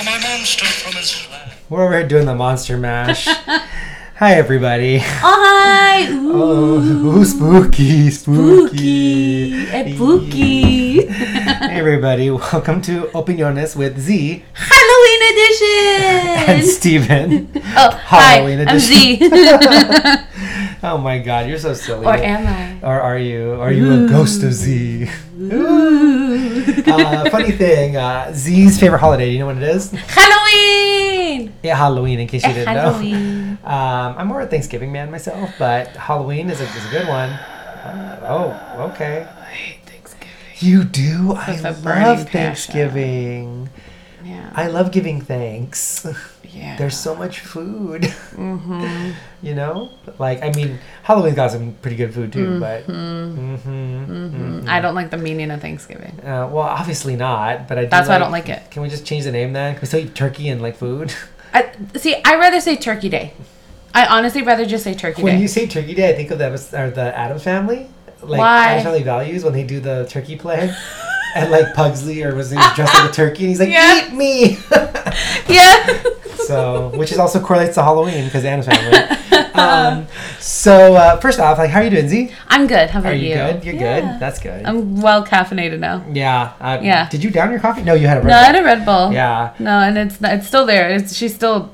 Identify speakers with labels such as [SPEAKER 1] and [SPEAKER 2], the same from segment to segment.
[SPEAKER 1] monster from his flat.
[SPEAKER 2] We're over here doing the monster mash. Hi everybody.
[SPEAKER 3] Oh hi!
[SPEAKER 2] Oh,
[SPEAKER 3] Ooh,
[SPEAKER 2] ooh, spooky,
[SPEAKER 3] spooky,
[SPEAKER 2] spooky.
[SPEAKER 3] eh, spooky.
[SPEAKER 2] Hey everybody, welcome to Opiniones with Z
[SPEAKER 3] Halloween
[SPEAKER 2] and
[SPEAKER 3] edition.
[SPEAKER 2] Steven.
[SPEAKER 3] Oh,
[SPEAKER 2] Halloween
[SPEAKER 3] hi, I'm Z.
[SPEAKER 2] Oh my god, you're so silly.
[SPEAKER 3] or am
[SPEAKER 2] or are you? Are you a ghost of Z?
[SPEAKER 3] I? Ooh.
[SPEAKER 2] Uh, funny thing, uh, Z's favorite holiday, do you know what it is?
[SPEAKER 3] Halloween.
[SPEAKER 2] Yeah, Halloween, in case you
[SPEAKER 3] Eh,
[SPEAKER 2] didn't
[SPEAKER 3] Halloween.
[SPEAKER 2] know. Um, I'm more a Thanksgiving man myself, but Halloween is a, is a good one. Uh, oh, okay.
[SPEAKER 3] I hate Thanksgiving.
[SPEAKER 2] You do? I
[SPEAKER 3] With a burning
[SPEAKER 2] love
[SPEAKER 3] passion.
[SPEAKER 2] Thanksgiving.
[SPEAKER 3] Yeah.
[SPEAKER 2] I love giving thanks.
[SPEAKER 3] yeah. Mm-hmm.
[SPEAKER 2] There's so much food. you know? Like, I mean, Halloween's got some pretty good food too, but.
[SPEAKER 3] Mm-hmm.
[SPEAKER 2] hmm
[SPEAKER 3] Mm, I don't like the meaning of Thanksgiving.
[SPEAKER 2] Uh, well, obviously not, but I do
[SPEAKER 3] That's why I don't like it.
[SPEAKER 2] Can we just change the name then? Can we still eat turkey and like food?
[SPEAKER 3] I see. I rather say Turkey Day. I honestly rather just say Turkey
[SPEAKER 2] When
[SPEAKER 3] Day.
[SPEAKER 2] you say Turkey Day, I think of the episode, or the Adam Family, like
[SPEAKER 3] Why?
[SPEAKER 2] Addams Family Values when they do the turkey play, and like Pugsley or was he dressed like a turkey and he's like,
[SPEAKER 3] Yeah.
[SPEAKER 2] "Eat me!"
[SPEAKER 3] yeah.
[SPEAKER 2] so, which is also correlates to Halloween because Adam's Family. um, so uh, first off, like, how are you doing, Z?
[SPEAKER 3] I'm good. How about
[SPEAKER 2] Are you,
[SPEAKER 3] you?
[SPEAKER 2] good? You're
[SPEAKER 3] Yeah.
[SPEAKER 2] good. That's good.
[SPEAKER 3] I'm well caffeinated now.
[SPEAKER 2] yeah. Uh,
[SPEAKER 3] Yeah.
[SPEAKER 2] Did you down your coffee? No, you had a. Red
[SPEAKER 3] No, I had
[SPEAKER 2] Bull.
[SPEAKER 3] a Red Bull.
[SPEAKER 2] Yeah.
[SPEAKER 3] No, and it's not, it's still there. It's she's still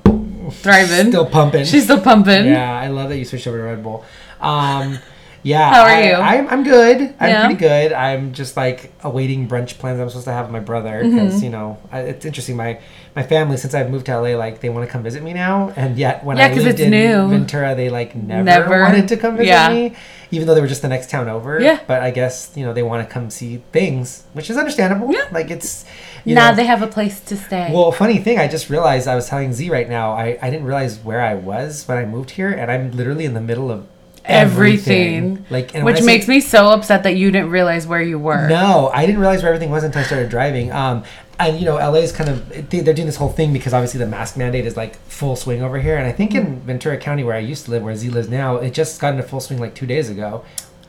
[SPEAKER 3] thriving.
[SPEAKER 2] Still pumping.
[SPEAKER 3] she's still pumping.
[SPEAKER 2] Yeah, I love that you switched over to Red Bull. Um, yeah.
[SPEAKER 3] How are
[SPEAKER 2] I,
[SPEAKER 3] you?
[SPEAKER 2] I'm, I'm good. I'm
[SPEAKER 3] Yeah.
[SPEAKER 2] pretty good. I'm just like awaiting brunch plans I'm supposed to have with my brother
[SPEAKER 3] Mm-hmm.
[SPEAKER 2] because you know I, it's interesting. My my family since I've moved to LA, like they want to come visit me now, and yet when
[SPEAKER 3] Yeah,
[SPEAKER 2] I
[SPEAKER 3] 'cause
[SPEAKER 2] lived
[SPEAKER 3] it's
[SPEAKER 2] in
[SPEAKER 3] new.
[SPEAKER 2] Ventura, they like never,
[SPEAKER 3] Never.
[SPEAKER 2] wanted to come visit
[SPEAKER 3] Yeah.
[SPEAKER 2] me, even though they were just the next town over.
[SPEAKER 3] Yeah.
[SPEAKER 2] But I guess you know they want to come see things, which is understandable.
[SPEAKER 3] Yeah.
[SPEAKER 2] Like it's you
[SPEAKER 3] Now
[SPEAKER 2] know,
[SPEAKER 3] they have a place to stay.
[SPEAKER 2] well, funny thing, I just realized I was telling Z right now, I, I didn't realize where I was when I moved here, and I'm literally in the middle of everything.
[SPEAKER 3] everything.
[SPEAKER 2] Like, and when
[SPEAKER 3] which
[SPEAKER 2] I say-
[SPEAKER 3] makes me so upset that you didn't realize where you were.
[SPEAKER 2] No, I didn't realize where everything was until I started driving. Um, and you know, LA is kind of they- they're doing this whole thing because obviously the mask mandate is like full swing over here. And I think in
[SPEAKER 3] Mm-hmm.
[SPEAKER 2] Ventura County, where I used to live, where Z lives now, it just got into full swing like two days ago,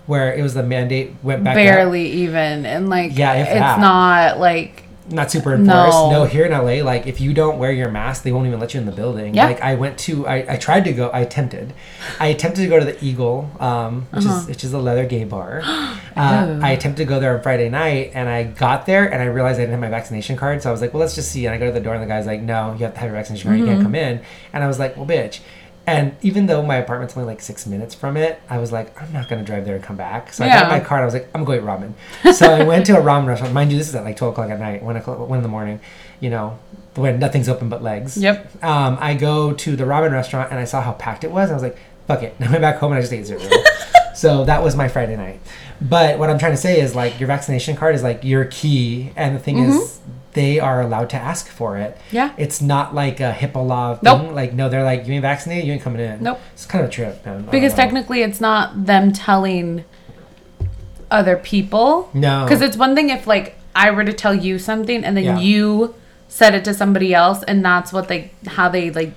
[SPEAKER 2] where it was the mandate went back up.
[SPEAKER 3] Barely even, and like
[SPEAKER 2] Yeah, if
[SPEAKER 3] it's
[SPEAKER 2] that.
[SPEAKER 3] not like
[SPEAKER 2] not super enforced. No.
[SPEAKER 3] No.
[SPEAKER 2] here in LA, like if you don't wear your mask, they won't even let you in the building.
[SPEAKER 3] Yeah.
[SPEAKER 2] Like I went to, I, I tried to go, I attempted, I attempted to go to the Eagle, um, which
[SPEAKER 3] Uh-huh.
[SPEAKER 2] is which is a leather gay bar.
[SPEAKER 3] Oh.
[SPEAKER 2] uh, I attempted to go there on Friday night, and I got there, and I realized I didn't have my vaccination card, so I was like, well, let's just see. And I go to the door, and the guy's like, no, you have to have your vaccination card,
[SPEAKER 3] Mm-hmm.
[SPEAKER 2] you can't come in. And I was like, well, bitch. And even though my apartment's only like six minutes from it, I was like, I'm not gonna drive there and come back. So I got
[SPEAKER 3] Yeah.
[SPEAKER 2] in my car and I was like, I'm going to ramen. So I went to a ramen restaurant. Mind you, this is at like 12 o'clock at night, 1 o'clock, 1 in the morning, you know, when nothing's open but legs.
[SPEAKER 3] Yep.
[SPEAKER 2] Um, I go to the ramen restaurant and I saw how packed it was. And I was like, fuck it. And I went back home and I just ate zero. so that was my Friday night. But what I'm trying to say is like, your vaccination card is like your key. And the thing is, they are allowed to ask for it.
[SPEAKER 3] Mm-hmm. Yeah.
[SPEAKER 2] It's not like a HIPAA law thing.
[SPEAKER 3] Nope.
[SPEAKER 2] Like, no, they're like, you ain't vaccinated, you ain't coming in.
[SPEAKER 3] Nope.
[SPEAKER 2] It's kind of a trip, man. I don't
[SPEAKER 3] because
[SPEAKER 2] know.
[SPEAKER 3] technically it's not them telling other people.
[SPEAKER 2] No.
[SPEAKER 3] Because it's one thing if like I were to tell you something and then
[SPEAKER 2] Yeah.
[SPEAKER 3] you said it to somebody else, and that's what they how they like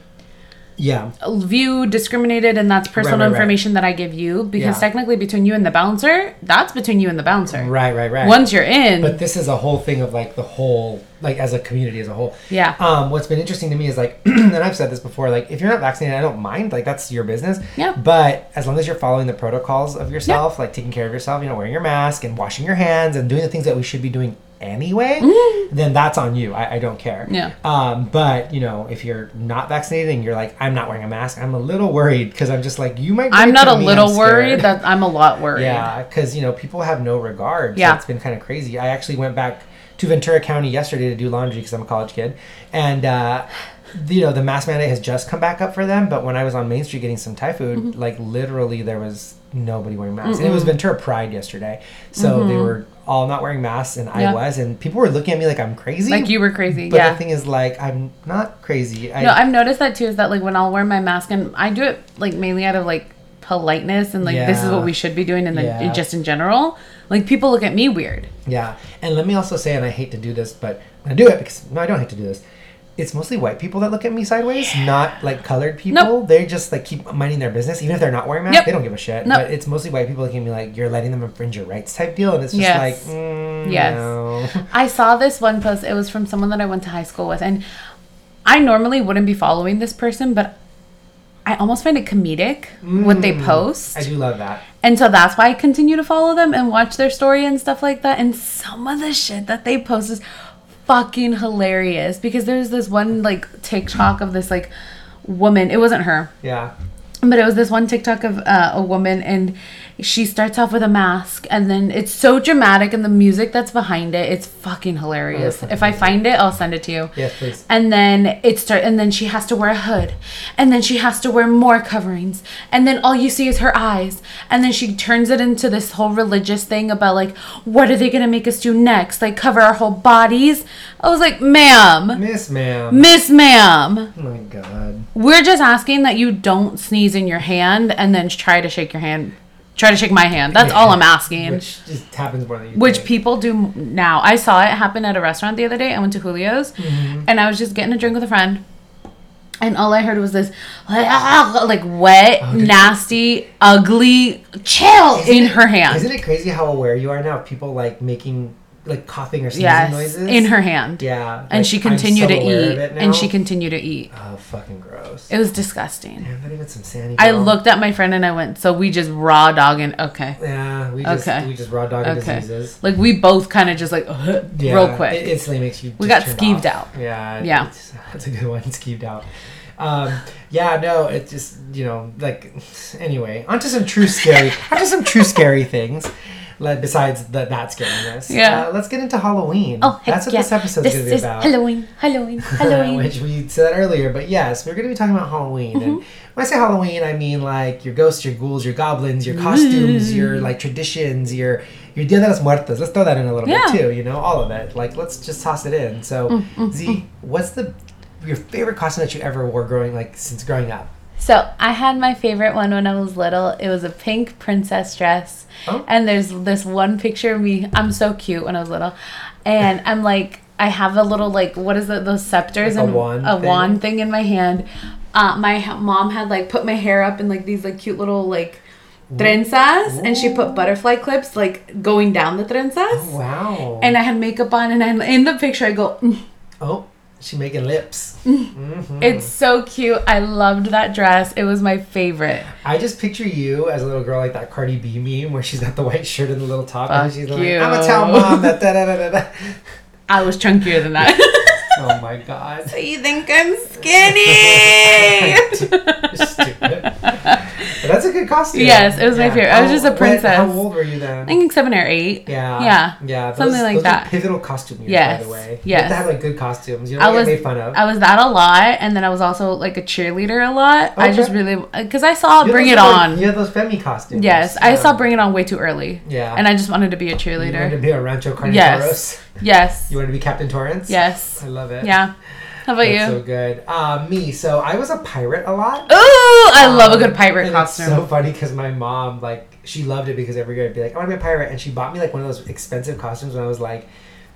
[SPEAKER 2] Yeah.
[SPEAKER 3] view discriminated, and that's personal
[SPEAKER 2] right, right.
[SPEAKER 3] information that I give you. Because
[SPEAKER 2] Yeah.
[SPEAKER 3] technically, between you and the bouncer, that's between you and the bouncer.
[SPEAKER 2] Right, right, right.
[SPEAKER 3] Once you're in,
[SPEAKER 2] but this is a whole thing of like the whole like as a community as a whole
[SPEAKER 3] Yeah.
[SPEAKER 2] um what's been interesting to me is like and i've said this before like if you're not vaccinated i don't mind like that's your business
[SPEAKER 3] Yeah.
[SPEAKER 2] but as long as you're following the protocols of yourself like taking care of yourself you know wearing your mask and washing your hands and doing the things that we should be doing anyway then that's on you I, I don't care
[SPEAKER 3] Mm-hmm. Yeah.
[SPEAKER 2] um but you know if you're not vaccinated and you're like i'm not wearing a mask i'm a little worried because i'm just like you might
[SPEAKER 3] I'm
[SPEAKER 2] break
[SPEAKER 3] not
[SPEAKER 2] on
[SPEAKER 3] a
[SPEAKER 2] me,
[SPEAKER 3] little
[SPEAKER 2] I'm
[SPEAKER 3] worried.
[SPEAKER 2] scared.
[SPEAKER 3] That I'm a lot worried.
[SPEAKER 2] Yeah, because you know people have no regard. So
[SPEAKER 3] Yeah.
[SPEAKER 2] it's been kind of crazy. I actually went back to Ventura County yesterday to do laundry because I'm a college kid, and uh, you know the mask mandate has just come back up for them. But when I was on Main Street getting some Thai food,
[SPEAKER 3] Mm-hmm.
[SPEAKER 2] like literally there was nobody wearing masks. And it was Ventura Pride yesterday, so they were all not wearing masks, and I
[SPEAKER 3] Mm-hmm. Yeah.
[SPEAKER 2] was, and people were looking at me like I'm crazy.
[SPEAKER 3] Like you were crazy.
[SPEAKER 2] But
[SPEAKER 3] yeah.
[SPEAKER 2] the thing is, like I'm not crazy. I,
[SPEAKER 3] No, I've noticed that too. Is that like when I'll wear my mask and I do it like mainly out of like politeness and like this is
[SPEAKER 2] Yeah.
[SPEAKER 3] what we should be doing and then
[SPEAKER 2] Yeah.
[SPEAKER 3] just in general, like people look at me weird.
[SPEAKER 2] Yeah, and let me also say, and I hate to do this, but I'm gonna do it because no, I don't hate to do this. It's mostly white people that look at me sideways, not like colored people.
[SPEAKER 3] Nope.
[SPEAKER 2] They just like keep minding their business, even if they're not wearing masks.
[SPEAKER 3] Yep.
[SPEAKER 2] They don't give a shit.
[SPEAKER 3] Nope.
[SPEAKER 2] But it's mostly white people looking at me like you're letting them infringe your rights type deal, and it's just
[SPEAKER 3] Yes.
[SPEAKER 2] like, mm,
[SPEAKER 3] Yes.
[SPEAKER 2] no.
[SPEAKER 3] I saw this one post. It was from someone that I went to high school with, and I normally wouldn't be following this person, but I almost find it comedic what they post.
[SPEAKER 2] I do love that.
[SPEAKER 3] And so that's why I continue to follow them and watch their story and stuff like that. And some of the shit that they post is fucking hilarious because there's this one like TikTok of this like woman. It wasn't her,
[SPEAKER 2] Yeah.
[SPEAKER 3] but it was this one TikTok of uh, a woman and she starts off with a mask and then it's so dramatic and the music that's behind it, it's fucking hilarious.
[SPEAKER 2] fucking
[SPEAKER 3] if I find it, I'll send it to you.
[SPEAKER 2] Oh, Yes, please.
[SPEAKER 3] And then it start and then she has to wear a hood. And then she has to wear more coverings. And then all you see is her eyes. And then she turns it into this whole religious thing about like what are they going to make us do next? Like cover our whole bodies. I was like, "Ma'am,
[SPEAKER 2] Miss ma'am.
[SPEAKER 3] Miss Ma'am,
[SPEAKER 2] oh my god.
[SPEAKER 3] we're just asking that you don't sneeze in your hand and then try to shake your hand. Try to shake my hand. That's all I'm asking. Which,
[SPEAKER 2] Which just happens more than you think.
[SPEAKER 3] people do m- now. I saw it happen at a restaurant the other day. I went to Julio's
[SPEAKER 2] Mm-hmm.
[SPEAKER 3] and I was just getting a drink with a friend. And all I heard was this like, ah, like wet,
[SPEAKER 2] Oh, did-
[SPEAKER 3] nasty, ugly chill
[SPEAKER 2] Isn't
[SPEAKER 3] in
[SPEAKER 2] it-
[SPEAKER 3] her hand.
[SPEAKER 2] Isn't it crazy how aware you are now of people like making like coughing or sneezing
[SPEAKER 3] yes,
[SPEAKER 2] noises?
[SPEAKER 3] in her hand.
[SPEAKER 2] Yeah.
[SPEAKER 3] And
[SPEAKER 2] like,
[SPEAKER 3] she
[SPEAKER 2] I'm
[SPEAKER 3] continued
[SPEAKER 2] so
[SPEAKER 3] to
[SPEAKER 2] aware of
[SPEAKER 3] eat.
[SPEAKER 2] it now.
[SPEAKER 3] And she continued to eat.
[SPEAKER 2] Oh fucking gross.
[SPEAKER 3] It was disgusting.
[SPEAKER 2] Damn, not even some sanity.
[SPEAKER 3] I
[SPEAKER 2] girl.
[SPEAKER 3] looked at my friend and I went, so we just raw dogging. Okay.
[SPEAKER 2] Yeah, we just
[SPEAKER 3] Okay.
[SPEAKER 2] we just raw dogging
[SPEAKER 3] Okay.
[SPEAKER 2] diseases.
[SPEAKER 3] Like we both kind of just like
[SPEAKER 2] Yeah,
[SPEAKER 3] real quick.
[SPEAKER 2] It instantly makes you.
[SPEAKER 3] We
[SPEAKER 2] just
[SPEAKER 3] got
[SPEAKER 2] turned
[SPEAKER 3] skeeved
[SPEAKER 2] off. Yeah, it-
[SPEAKER 3] Yeah.
[SPEAKER 2] it's- that's a good one. Skeeved out. Um, yeah, no, it just you know like anyway onto some true scary onto some true scary things. Like besides the, that scariness,
[SPEAKER 3] Yeah.
[SPEAKER 2] uh, let's get into Halloween.
[SPEAKER 3] oh, heck
[SPEAKER 2] that's what
[SPEAKER 3] yeah.
[SPEAKER 2] this episode's
[SPEAKER 3] This
[SPEAKER 2] gonna be
[SPEAKER 3] is
[SPEAKER 2] about.
[SPEAKER 3] Halloween, Halloween, Halloween.
[SPEAKER 2] Which we said earlier, but yes, we're going to be talking about Halloween. And
[SPEAKER 3] Mm-hmm.
[SPEAKER 2] when I say Halloween, I mean like your ghosts, your ghouls, your goblins, your costumes, your
[SPEAKER 3] Mm.
[SPEAKER 2] like traditions, your your Dia de los Muertos. Let's throw that in a little
[SPEAKER 3] Yeah. Mm,
[SPEAKER 2] bit too. You know, all of it. Like let's just toss it in. So, Z, what's the your favorite costume that you ever wore growing like since growing up?
[SPEAKER 3] so I had my favorite one when I was little. It was a pink princess dress.
[SPEAKER 2] Oh.
[SPEAKER 3] And there's this one picture of me. I'm so cute when I was little. And I'm like, I have a little like, what is it? Those scepters
[SPEAKER 2] Like a
[SPEAKER 3] and
[SPEAKER 2] wand
[SPEAKER 3] a
[SPEAKER 2] thing?
[SPEAKER 3] wand thing in my hand. Uh, my h- mom had like put my hair up in like these like cute little like trenzas, and she put butterfly clips like going down the trenzas.
[SPEAKER 2] Oh, Wow.
[SPEAKER 3] and I had makeup on, and I in the picture I go, "Mm."
[SPEAKER 2] oh, she making lips. Hmm.
[SPEAKER 3] it's so cute. I loved that dress. It was my favorite.
[SPEAKER 2] I just picture you as a little girl like that Cardi B meme where she's got the white shirt and the little top and
[SPEAKER 3] Fuck
[SPEAKER 2] she's like,
[SPEAKER 3] you.
[SPEAKER 2] "I'm gonna tell mom that da da da da da."
[SPEAKER 3] I was chunkier than that.
[SPEAKER 2] Oh my god.
[SPEAKER 3] you think I'm skinny?
[SPEAKER 2] Stupid. but that's a good costume.
[SPEAKER 3] Yes, it was my favorite. I was just a
[SPEAKER 2] when-
[SPEAKER 3] princess.
[SPEAKER 2] how old were you then?
[SPEAKER 3] I think seven or eight.
[SPEAKER 2] yeah.
[SPEAKER 3] Yeah.
[SPEAKER 2] Yeah. Those,
[SPEAKER 3] Something like
[SPEAKER 2] those
[SPEAKER 3] that.
[SPEAKER 2] Are pivotal costume years, by
[SPEAKER 3] Yes,
[SPEAKER 2] the way. You have
[SPEAKER 3] yes.
[SPEAKER 2] to have like good costumes. You
[SPEAKER 3] I
[SPEAKER 2] don't get
[SPEAKER 3] was-
[SPEAKER 2] made fun of.
[SPEAKER 3] I was that a lot, and then I was also like a cheerleader a lot. I
[SPEAKER 2] Okay.
[SPEAKER 3] just really because I saw
[SPEAKER 2] You have
[SPEAKER 3] Bring
[SPEAKER 2] those
[SPEAKER 3] It
[SPEAKER 2] little-
[SPEAKER 3] On.
[SPEAKER 2] You have those Femi costumes.
[SPEAKER 3] Yes, I
[SPEAKER 2] Yeah.
[SPEAKER 3] saw Bring It On way too early,
[SPEAKER 2] Yeah.
[SPEAKER 3] and I just wanted to be a
[SPEAKER 2] You wanted to
[SPEAKER 3] cheerleader.
[SPEAKER 2] be a Rancho Carniceros.
[SPEAKER 3] Yes. Yes,
[SPEAKER 2] You wanted to be Captain Torrance.
[SPEAKER 3] yes,
[SPEAKER 2] I love it.
[SPEAKER 3] yeah. How about
[SPEAKER 2] That's
[SPEAKER 3] you?
[SPEAKER 2] so good. Uh, me. So I was a pirate a lot.
[SPEAKER 3] Ooh, I love a
[SPEAKER 2] Um,
[SPEAKER 3] good pirate
[SPEAKER 2] and
[SPEAKER 3] costume.
[SPEAKER 2] It's so funny because my mom like she loved it because every year I'd be like, I want to be a pirate, and she bought me like one of those expensive costumes when I was like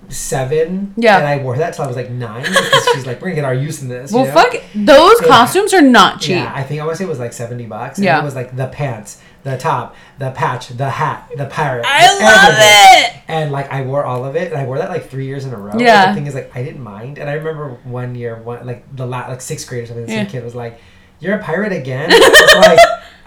[SPEAKER 2] seven.
[SPEAKER 3] Yeah.
[SPEAKER 2] and I wore that till I was like nine because she's like, we're gonna get our use in this. you
[SPEAKER 3] Well,
[SPEAKER 2] know?
[SPEAKER 3] fuck, those
[SPEAKER 2] Yeah.
[SPEAKER 3] costumes are not cheap.
[SPEAKER 2] Yeah, I think I want to say it was like seventy bucks. And
[SPEAKER 3] Yeah.
[SPEAKER 2] it was like the pants, the top, the patch, the hat, the pirate.
[SPEAKER 3] I
[SPEAKER 2] the
[SPEAKER 3] love
[SPEAKER 2] everything. And like I wore all of it, and I wore that like three years in a row. But
[SPEAKER 3] Yeah.
[SPEAKER 2] the thing is, like I didn't mind, and I remember one year, one like the la- like sixth grade or something, some
[SPEAKER 3] Yeah.
[SPEAKER 2] kid was like, "You're a pirate again." And I was like.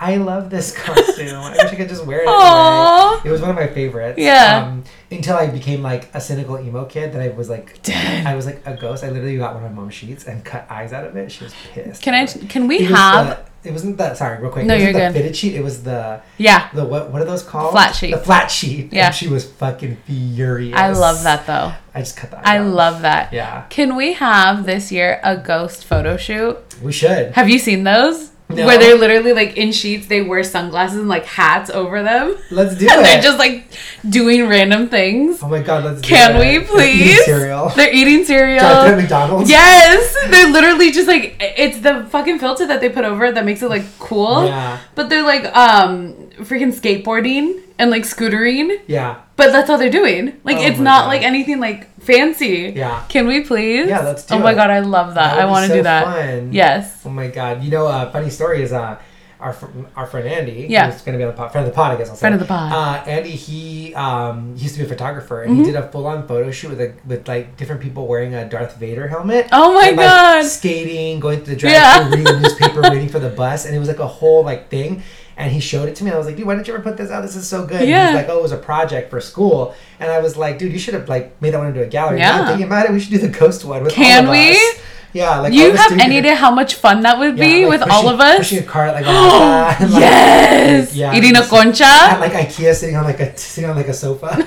[SPEAKER 2] I love this costume. I wish I could just wear it. every
[SPEAKER 3] Aw.
[SPEAKER 2] day." It was one of my favorites.
[SPEAKER 3] Yeah.
[SPEAKER 2] Um, until I became like a cynical emo kid, that I was like, I was like a ghost. I literally got one of my mom's sheets and cut eyes out of it. She was pissed.
[SPEAKER 3] Can I? Can we
[SPEAKER 2] was
[SPEAKER 3] have?
[SPEAKER 2] the- it wasn't that. Sorry, real quick.
[SPEAKER 3] No,
[SPEAKER 2] it wasn't
[SPEAKER 3] you're
[SPEAKER 2] the
[SPEAKER 3] good.
[SPEAKER 2] Fitted sheet. It was the
[SPEAKER 3] yeah,
[SPEAKER 2] the what? What are those called?
[SPEAKER 3] Flat sheet.
[SPEAKER 2] The flat sheet.
[SPEAKER 3] Yeah.
[SPEAKER 2] And she was fucking furious.
[SPEAKER 3] I love that though.
[SPEAKER 2] I just cut that.
[SPEAKER 3] I
[SPEAKER 2] out.
[SPEAKER 3] love that.
[SPEAKER 2] Yeah,
[SPEAKER 3] Can we have this year a ghost photo shoot?
[SPEAKER 2] we should.
[SPEAKER 3] Have you seen those?
[SPEAKER 2] No.
[SPEAKER 3] Where they're literally like in sheets, they wear sunglasses and like hats over them,
[SPEAKER 2] Let's do
[SPEAKER 3] and they're
[SPEAKER 2] it.
[SPEAKER 3] just like doing random things.
[SPEAKER 2] oh my god, let's.
[SPEAKER 3] Can
[SPEAKER 2] do
[SPEAKER 3] we
[SPEAKER 2] it. Let's eat
[SPEAKER 3] please?
[SPEAKER 2] cereal?
[SPEAKER 3] They're eating cereal.
[SPEAKER 2] Drive-thru at McDonald's.
[SPEAKER 3] Yes, they're literally just like it's the fucking filter that they put over it that makes it like cool.
[SPEAKER 2] Yeah.
[SPEAKER 3] But they're like um freaking skateboarding and like scootering.
[SPEAKER 2] Yeah.
[SPEAKER 3] But that's all they're doing. Like
[SPEAKER 2] Oh
[SPEAKER 3] it's
[SPEAKER 2] my
[SPEAKER 3] not
[SPEAKER 2] God.
[SPEAKER 3] like anything like fancy.
[SPEAKER 2] Yeah.
[SPEAKER 3] Can we please?
[SPEAKER 2] Yeah, let's do
[SPEAKER 3] Oh my
[SPEAKER 2] it.
[SPEAKER 3] god, Uh, I love
[SPEAKER 2] That
[SPEAKER 3] that.
[SPEAKER 2] would
[SPEAKER 3] I
[SPEAKER 2] be
[SPEAKER 3] want to
[SPEAKER 2] so
[SPEAKER 3] do that.
[SPEAKER 2] Fun.
[SPEAKER 3] Yes.
[SPEAKER 2] Oh my god! You know, uh, funny story is uh, our fr- our friend Andy,
[SPEAKER 3] Yeah.
[SPEAKER 2] who's going to be on the pod, friend of the pod, I guess. I'll say.
[SPEAKER 3] Friend of the pod. Mm-hmm.
[SPEAKER 2] Uh, Andy, he um, he used to be a photographer, and he did a full on photo shoot with a, with like different people wearing a Darth Vader helmet.
[SPEAKER 3] Oh my
[SPEAKER 2] and, like,
[SPEAKER 3] God.
[SPEAKER 2] Skating, going through the drive
[SPEAKER 3] Yeah.
[SPEAKER 2] through, reading the newspaper, waiting for the bus, and it was like a whole like thing. And he showed it to me, and I was like, "Dude, why didn't you ever put this out? This is so good." And
[SPEAKER 3] Yeah.
[SPEAKER 2] He was like, "Oh, it was a project for school," and I was like, "Dude, you should have like made that one into a gallery." Now I'm
[SPEAKER 3] Yeah.
[SPEAKER 2] thinking about it, we should do the ghost one with
[SPEAKER 3] Can
[SPEAKER 2] all of
[SPEAKER 3] we?
[SPEAKER 2] us. Yeah, like all
[SPEAKER 3] You
[SPEAKER 2] the
[SPEAKER 3] have
[SPEAKER 2] students-
[SPEAKER 3] any idea how much fun that would be
[SPEAKER 2] yeah, like
[SPEAKER 3] with
[SPEAKER 2] pushing-
[SPEAKER 3] all of us?
[SPEAKER 2] Pushing a cart like, all the time, like
[SPEAKER 3] yes,
[SPEAKER 2] Yeah.
[SPEAKER 3] eating a concha.
[SPEAKER 2] at like IKEA sitting on like a sitting on like a sofa,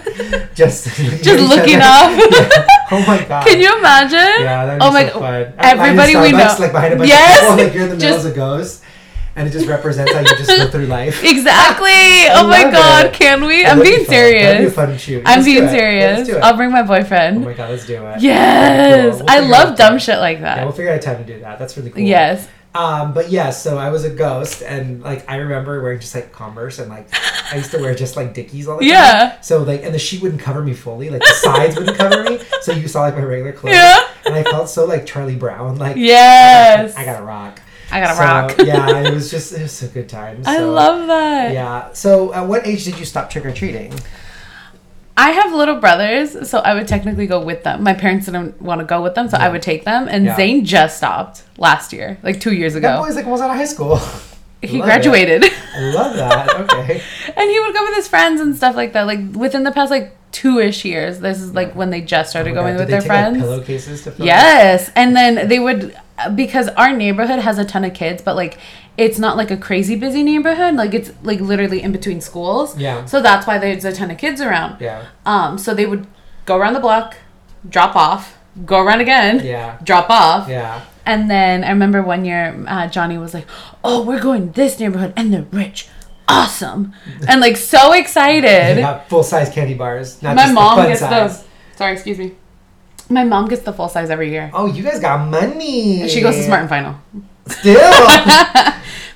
[SPEAKER 2] just
[SPEAKER 3] just looking up.
[SPEAKER 2] Oh my god!
[SPEAKER 3] Can you imagine?
[SPEAKER 2] Yeah, that'd be
[SPEAKER 3] oh my
[SPEAKER 2] so fun.
[SPEAKER 3] god!
[SPEAKER 2] I'm lying in
[SPEAKER 3] Everybody we know.
[SPEAKER 2] Starbucks, like behind a bunch
[SPEAKER 3] yes,
[SPEAKER 2] of people, like you're in the middle
[SPEAKER 3] just
[SPEAKER 2] as a ghost, and it just represents how you just go through life.
[SPEAKER 3] exactly. oh my
[SPEAKER 2] love
[SPEAKER 3] god!
[SPEAKER 2] it.
[SPEAKER 3] Can we?
[SPEAKER 2] That'd
[SPEAKER 3] I'm
[SPEAKER 2] be
[SPEAKER 3] being
[SPEAKER 2] fun. That'd be a
[SPEAKER 3] serious.
[SPEAKER 2] fun shoot.
[SPEAKER 3] I'm
[SPEAKER 2] Let's do
[SPEAKER 3] being
[SPEAKER 2] it.
[SPEAKER 3] serious.
[SPEAKER 2] Let's do it.
[SPEAKER 3] I'll bring my
[SPEAKER 2] oh
[SPEAKER 3] boyfriend.
[SPEAKER 2] my god, let's do it.
[SPEAKER 3] yes,
[SPEAKER 2] Cool. We'll
[SPEAKER 3] I
[SPEAKER 2] figure out
[SPEAKER 3] love
[SPEAKER 2] time.
[SPEAKER 3] dumb shit like
[SPEAKER 2] Yeah,
[SPEAKER 3] that.
[SPEAKER 2] we'll figure out a time to do that. That's really cool.
[SPEAKER 3] Yes.
[SPEAKER 2] Um, but yeah, so I was a ghost, and like I remember wearing just like Converse, and like I used to wear just like Dickies all the time.
[SPEAKER 3] Yeah.
[SPEAKER 2] So like, and the sheet wouldn't cover me fully, like the sides wouldn't cover me, so you saw like my regular clothes.
[SPEAKER 3] Yeah.
[SPEAKER 2] And I felt so like Charlie Brown, like
[SPEAKER 3] Yes.
[SPEAKER 2] I gotta rock.
[SPEAKER 3] I gotta
[SPEAKER 2] So,
[SPEAKER 3] rock.
[SPEAKER 2] yeah, it was just it was a good time.
[SPEAKER 3] I
[SPEAKER 2] so-
[SPEAKER 3] love that.
[SPEAKER 2] Yeah. So at what age did you stop trick or treating?
[SPEAKER 3] I have little brothers, so I would technically go with them. My parents didn't want to go with them, so I would take them. And
[SPEAKER 2] Yeah.
[SPEAKER 3] Zane just stopped last year, like two years
[SPEAKER 2] That
[SPEAKER 3] ago.
[SPEAKER 2] boy's like almost out of high school.
[SPEAKER 3] He
[SPEAKER 2] Love it.
[SPEAKER 3] graduated.
[SPEAKER 2] I love that. Okay.
[SPEAKER 3] and he would go with his friends and stuff like that. Like within the past like two ish years, this is like when they just started
[SPEAKER 2] Oh my
[SPEAKER 3] going
[SPEAKER 2] God,
[SPEAKER 3] with
[SPEAKER 2] did they
[SPEAKER 3] their
[SPEAKER 2] take,
[SPEAKER 3] friends.
[SPEAKER 2] Like, pillowcases to fill
[SPEAKER 3] yes, and then they would because our neighborhood has a ton of kids, but like it's not like a crazy busy neighborhood. Like it's like literally in between schools.
[SPEAKER 2] Yeah.
[SPEAKER 3] So that's why there's a ton of kids around.
[SPEAKER 2] Yeah.
[SPEAKER 3] Um. So they would go around the block, drop off, go around again.
[SPEAKER 2] Yeah.
[SPEAKER 3] Drop off.
[SPEAKER 2] Yeah.
[SPEAKER 3] And then I remember one year, uh, Johnny was like, "Oh, we're going to this neighborhood, and they're rich, awesome, and like so excited."
[SPEAKER 2] They got full size candy bars. Not
[SPEAKER 3] My
[SPEAKER 2] just
[SPEAKER 3] mom
[SPEAKER 2] the fun
[SPEAKER 3] gets
[SPEAKER 2] size.
[SPEAKER 3] those. Sorry, excuse me. My mom gets the full size every year.
[SPEAKER 2] Oh, you guys got money.
[SPEAKER 3] She goes to Smart and Final,
[SPEAKER 2] Still,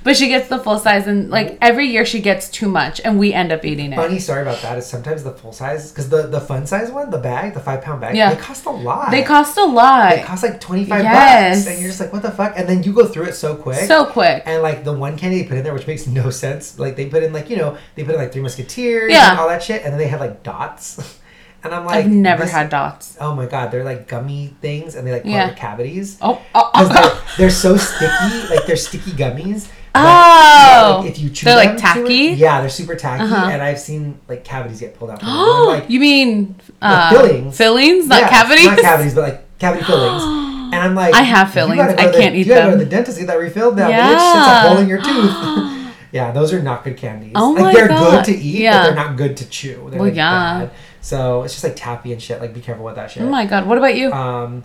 [SPEAKER 3] but she gets the full size, and
[SPEAKER 2] Mm-hmm.
[SPEAKER 3] like every year she gets too much, and we end up eating it.
[SPEAKER 2] funny story about that is sometimes the full size, because the the fun size one, the bag, the five pound bag,
[SPEAKER 3] Yeah.
[SPEAKER 2] they cost a lot.
[SPEAKER 3] They cost a
[SPEAKER 2] They
[SPEAKER 3] lot,
[SPEAKER 2] cost like twenty five
[SPEAKER 3] Yes.
[SPEAKER 2] bucks, and you're just like, what the fuck? And then you go through it so quick.
[SPEAKER 3] so quick.
[SPEAKER 2] and like the one candy they put in there, which makes no sense. Like they put in like you know they put in like Three Musketeers
[SPEAKER 3] Yeah.
[SPEAKER 2] and all that shit, and then they had like dots, and I'm like
[SPEAKER 3] I've never
[SPEAKER 2] this-
[SPEAKER 3] had dots.
[SPEAKER 2] Oh my god, they're like gummy things, and they like call
[SPEAKER 3] Yeah.
[SPEAKER 2] it cavities.
[SPEAKER 3] Oh, oh,
[SPEAKER 2] because
[SPEAKER 3] oh.
[SPEAKER 2] they're, they're so sticky, like they're sticky gummies. but,
[SPEAKER 3] Oh.
[SPEAKER 2] like, if you chew
[SPEAKER 3] They're, like,
[SPEAKER 2] them too
[SPEAKER 3] tacky? Uh-huh.
[SPEAKER 2] much- yeah, they're super tacky, and I've seen like cavities get pulled out. From them. and I'm like
[SPEAKER 3] oh, you mean uh,
[SPEAKER 2] fillings.
[SPEAKER 3] Fillings, not
[SPEAKER 2] yeah,
[SPEAKER 3] cavities.
[SPEAKER 2] not cavities, but like cavity fillings. And I'm like,
[SPEAKER 3] I have fillings.
[SPEAKER 2] You gotta go
[SPEAKER 3] I
[SPEAKER 2] to the-
[SPEAKER 3] can't eat
[SPEAKER 2] you gotta go to
[SPEAKER 3] them.
[SPEAKER 2] the dentist to get that refilled now. Yeah.
[SPEAKER 3] Yeah.
[SPEAKER 2] Bitch, it's a hole in your tooth. yeah, those are not good candies.
[SPEAKER 3] Oh
[SPEAKER 2] like
[SPEAKER 3] my
[SPEAKER 2] they're
[SPEAKER 3] God.
[SPEAKER 2] good to eat,
[SPEAKER 3] Yeah.
[SPEAKER 2] but they're not good to chew. They're
[SPEAKER 3] Well,
[SPEAKER 2] like
[SPEAKER 3] yeah.
[SPEAKER 2] bad. So it's just like taffy and shit. Like be careful with that shit
[SPEAKER 3] Oh my god, what about you?
[SPEAKER 2] um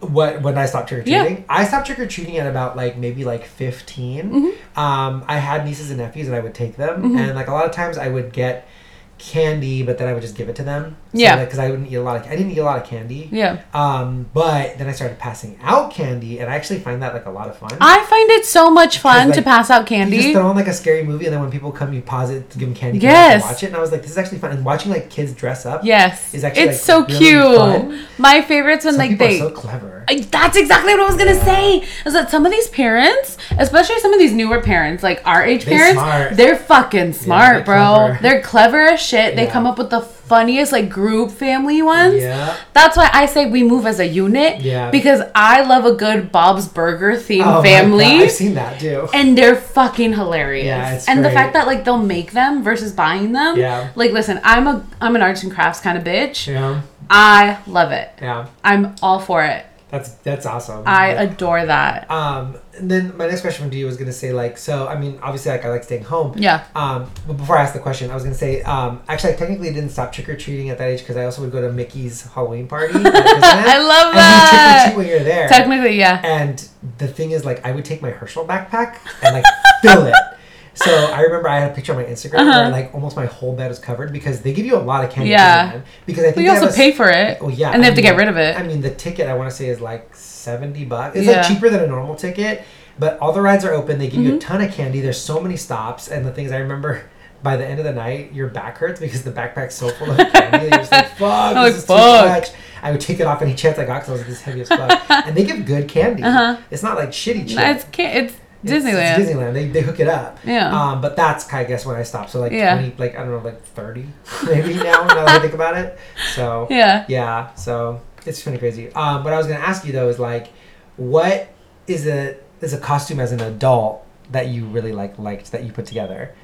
[SPEAKER 2] what when I stopped trick or
[SPEAKER 3] Yeah.
[SPEAKER 2] treating. I stopped trick or treating at about like maybe like 15
[SPEAKER 3] Mm-hmm.
[SPEAKER 2] Um, I had nieces and nephews and I would take them, and like a lot of times I would get candy, but then I would just give it to them.
[SPEAKER 3] Yeah.
[SPEAKER 2] because I wouldn't eat a lot of I didn't eat a lot of candy.
[SPEAKER 3] yeah.
[SPEAKER 2] Um, but then I started passing out candy, and I actually find that like a lot of fun.
[SPEAKER 3] I find it so much fun
[SPEAKER 2] like,
[SPEAKER 3] to pass out Ah, candy.
[SPEAKER 2] You just throw on like a scary movie, and then when people come, you pause it, give them candy, come
[SPEAKER 3] Yes.
[SPEAKER 2] back and watch it. And I was like, this is actually fun. And watching like kids dress up,
[SPEAKER 3] Yes,
[SPEAKER 2] is actually,
[SPEAKER 3] it's
[SPEAKER 2] like,
[SPEAKER 3] so
[SPEAKER 2] really
[SPEAKER 3] cute.
[SPEAKER 2] fun.
[SPEAKER 3] My favorites when
[SPEAKER 2] Some
[SPEAKER 3] like
[SPEAKER 2] people
[SPEAKER 3] they.
[SPEAKER 2] are so clever.
[SPEAKER 3] I, that's exactly what I was gonna say. Is that some of these parents, especially some of these newer parents, like our age
[SPEAKER 2] They
[SPEAKER 3] parents,
[SPEAKER 2] smart.
[SPEAKER 3] they're fucking smart,
[SPEAKER 2] they're
[SPEAKER 3] bro.
[SPEAKER 2] clever.
[SPEAKER 3] They're clever as shit. They
[SPEAKER 2] Yeah.
[SPEAKER 3] come up with the funniest like group family ones.
[SPEAKER 2] Yeah.
[SPEAKER 3] That's why I say we move as a unit.
[SPEAKER 2] Yeah.
[SPEAKER 3] Because I love a good Bob's Burger themed
[SPEAKER 2] Oh my God,
[SPEAKER 3] family.
[SPEAKER 2] I've seen that too.
[SPEAKER 3] and they're fucking hilarious.
[SPEAKER 2] Yeah, it's
[SPEAKER 3] and the
[SPEAKER 2] great.
[SPEAKER 3] fact that like they'll make them versus buying them.
[SPEAKER 2] Yeah.
[SPEAKER 3] Like listen, I'm a I'm an arts and crafts kind of bitch.
[SPEAKER 2] Yeah,
[SPEAKER 3] I love it.
[SPEAKER 2] yeah,
[SPEAKER 3] I'm all for it.
[SPEAKER 2] that's that's awesome.
[SPEAKER 3] I adore that.
[SPEAKER 2] um, and then my next question to you was gonna say like, so I mean, obviously, like I like staying home.
[SPEAKER 3] Yeah.
[SPEAKER 2] Um, but before I ask the question, I was gonna say, um, actually, I technically didn't stop trick or treating at that age because I also would go to Mickey's Halloween party. I love
[SPEAKER 3] I love
[SPEAKER 2] And you
[SPEAKER 3] that.
[SPEAKER 2] trick or treat when you're there.
[SPEAKER 3] Technically, yeah.
[SPEAKER 2] And the thing is, like, I would take my Herschel backpack and like fill it. So I remember I had a picture on my Instagram where like almost my whole bed was covered because they give you a lot of candy.
[SPEAKER 3] Uh-huh. Yeah.
[SPEAKER 2] man. Because I think
[SPEAKER 3] But
[SPEAKER 2] they
[SPEAKER 3] you
[SPEAKER 2] have
[SPEAKER 3] also
[SPEAKER 2] a-
[SPEAKER 3] pay for it.
[SPEAKER 2] Oh yeah,
[SPEAKER 3] And they have to
[SPEAKER 2] mean,
[SPEAKER 3] get rid of it.
[SPEAKER 2] I mean, the ticket I want to say is like seventy bucks. It's
[SPEAKER 3] Yeah. Mm-hmm.
[SPEAKER 2] like cheaper than a normal ticket, but all the rides are open. They give you a ton of candy. There's so many stops, and the things I remember. By the end of the night, your back hurts because the backpack's so full of candy. You're just like, fuck, this
[SPEAKER 3] I'm like,
[SPEAKER 2] is
[SPEAKER 3] fuck.
[SPEAKER 2] too much. I would take it off any chance I got because I was like, this is heavy as fuck. and they give good candy. It's not like shitty shit.
[SPEAKER 3] Uh-huh. it's ca- it's
[SPEAKER 2] It's-
[SPEAKER 3] Disneyland.
[SPEAKER 2] It's Disneyland. They, they hook it up.
[SPEAKER 3] Yeah.
[SPEAKER 2] Um, but that's I guess when I stopped. So like
[SPEAKER 3] Yeah.
[SPEAKER 2] twenty, like I don't know, like thirty maybe now. now that I think about it. So
[SPEAKER 3] Yeah.
[SPEAKER 2] yeah. So it's kind of crazy. Um, what I was gonna ask you though is like, what is a is a costume as an adult that you really like liked that you put together?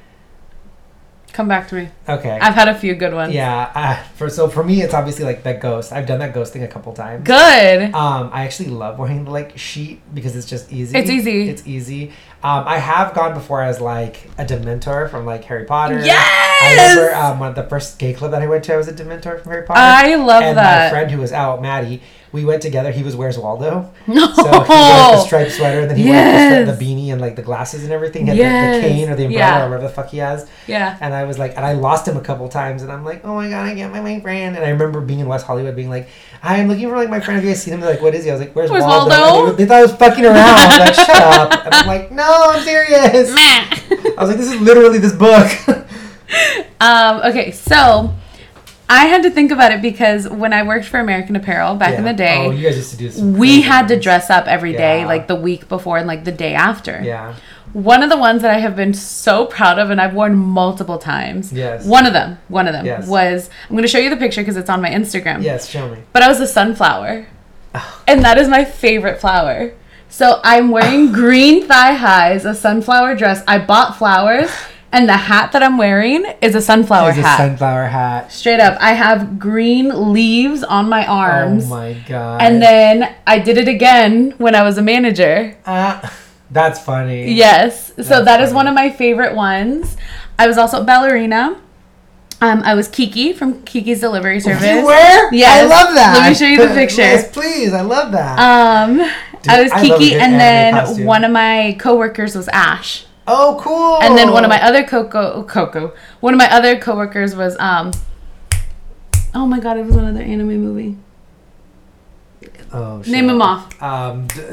[SPEAKER 3] Come back to me.
[SPEAKER 2] Okay.
[SPEAKER 3] I've had a few good ones.
[SPEAKER 2] yeah. Uh, for so for me, it's obviously like that ghost. I've done that ghost thing a couple times.
[SPEAKER 3] Good.
[SPEAKER 2] Um, I actually love wearing like sheet because it's just easy.
[SPEAKER 3] It's easy.
[SPEAKER 2] It's easy. Um, I have gone before as like a Dementor from like Harry Potter. I
[SPEAKER 3] Yes!
[SPEAKER 2] remember um, one of the first gay club that I went to. I was a Dementor from Harry Potter.
[SPEAKER 3] I love
[SPEAKER 2] and
[SPEAKER 3] that.
[SPEAKER 2] my friend who was out, Maddie, we went together. He was Where's Waldo.
[SPEAKER 3] No.
[SPEAKER 2] So he wore like, the striped sweater, and then he wore like, the,
[SPEAKER 3] Yes.
[SPEAKER 2] stri- the beanie and like the glasses and everything. He had the,
[SPEAKER 3] Yes.
[SPEAKER 2] the cane or the umbrella
[SPEAKER 3] Yeah.
[SPEAKER 2] or whatever the fuck he has.
[SPEAKER 3] yeah.
[SPEAKER 2] And I was like, and I lost him a couple times, and I'm like, oh my god, I can't find my friend. And I remember being in West Hollywood, being like, I am looking for like my friend. Have you guys seen him? They're like, what is he? I was like, where's,
[SPEAKER 3] Where's
[SPEAKER 2] Waldo?
[SPEAKER 3] Waldo?
[SPEAKER 2] And they, they thought I was fucking around. I was like, shut up. And I'm like, no, I'm serious. I was like, this is literally this book.
[SPEAKER 3] um, okay, so I had to think about it because when I worked for American Apparel back in
[SPEAKER 2] Yeah.
[SPEAKER 3] the day,
[SPEAKER 2] oh, you guys used to do this.
[SPEAKER 3] we had to dress up every day,
[SPEAKER 2] Yeah.
[SPEAKER 3] like the week before and like the day after.
[SPEAKER 2] Yeah.
[SPEAKER 3] One of the ones that I have been so proud of and I've worn multiple times.
[SPEAKER 2] Yes.
[SPEAKER 3] One of them, one of them
[SPEAKER 2] Yes.
[SPEAKER 3] was I'm going to show you the picture because it's on my Instagram.
[SPEAKER 2] Yes, show me.
[SPEAKER 3] But I was a sunflower.
[SPEAKER 2] Oh.
[SPEAKER 3] And that is my favorite flower. So I'm wearing green thigh highs, a sunflower dress. I bought flowers, and the hat that I'm wearing is a sunflower
[SPEAKER 2] It's a
[SPEAKER 3] hat.
[SPEAKER 2] sunflower hat.
[SPEAKER 3] Straight up, I have green leaves on my arms.
[SPEAKER 2] Oh my god.
[SPEAKER 3] and then I did it again when I was a manager.
[SPEAKER 2] Ah, that's funny.
[SPEAKER 3] Yes. So
[SPEAKER 2] That's
[SPEAKER 3] that is
[SPEAKER 2] funny.
[SPEAKER 3] one of my favorite ones. I was also a ballerina. Um, I was Kiki from Kiki's Delivery Service.
[SPEAKER 2] You were? I
[SPEAKER 3] Yes.
[SPEAKER 2] love that.
[SPEAKER 3] Let me show you the picture.
[SPEAKER 2] Yes, please. I love that.
[SPEAKER 3] Um, I was
[SPEAKER 2] I love a
[SPEAKER 3] Kiki,
[SPEAKER 2] good
[SPEAKER 3] and
[SPEAKER 2] anime
[SPEAKER 3] then
[SPEAKER 2] costume.
[SPEAKER 3] one of my coworkers was Ash,
[SPEAKER 2] oh, cool.
[SPEAKER 3] and then one of my
[SPEAKER 2] Oh.
[SPEAKER 3] other Coco Coco. One of my other coworkers was um. Oh my god! It was another anime movie.
[SPEAKER 2] Oh, shit.
[SPEAKER 3] Name them off.
[SPEAKER 2] Um, d-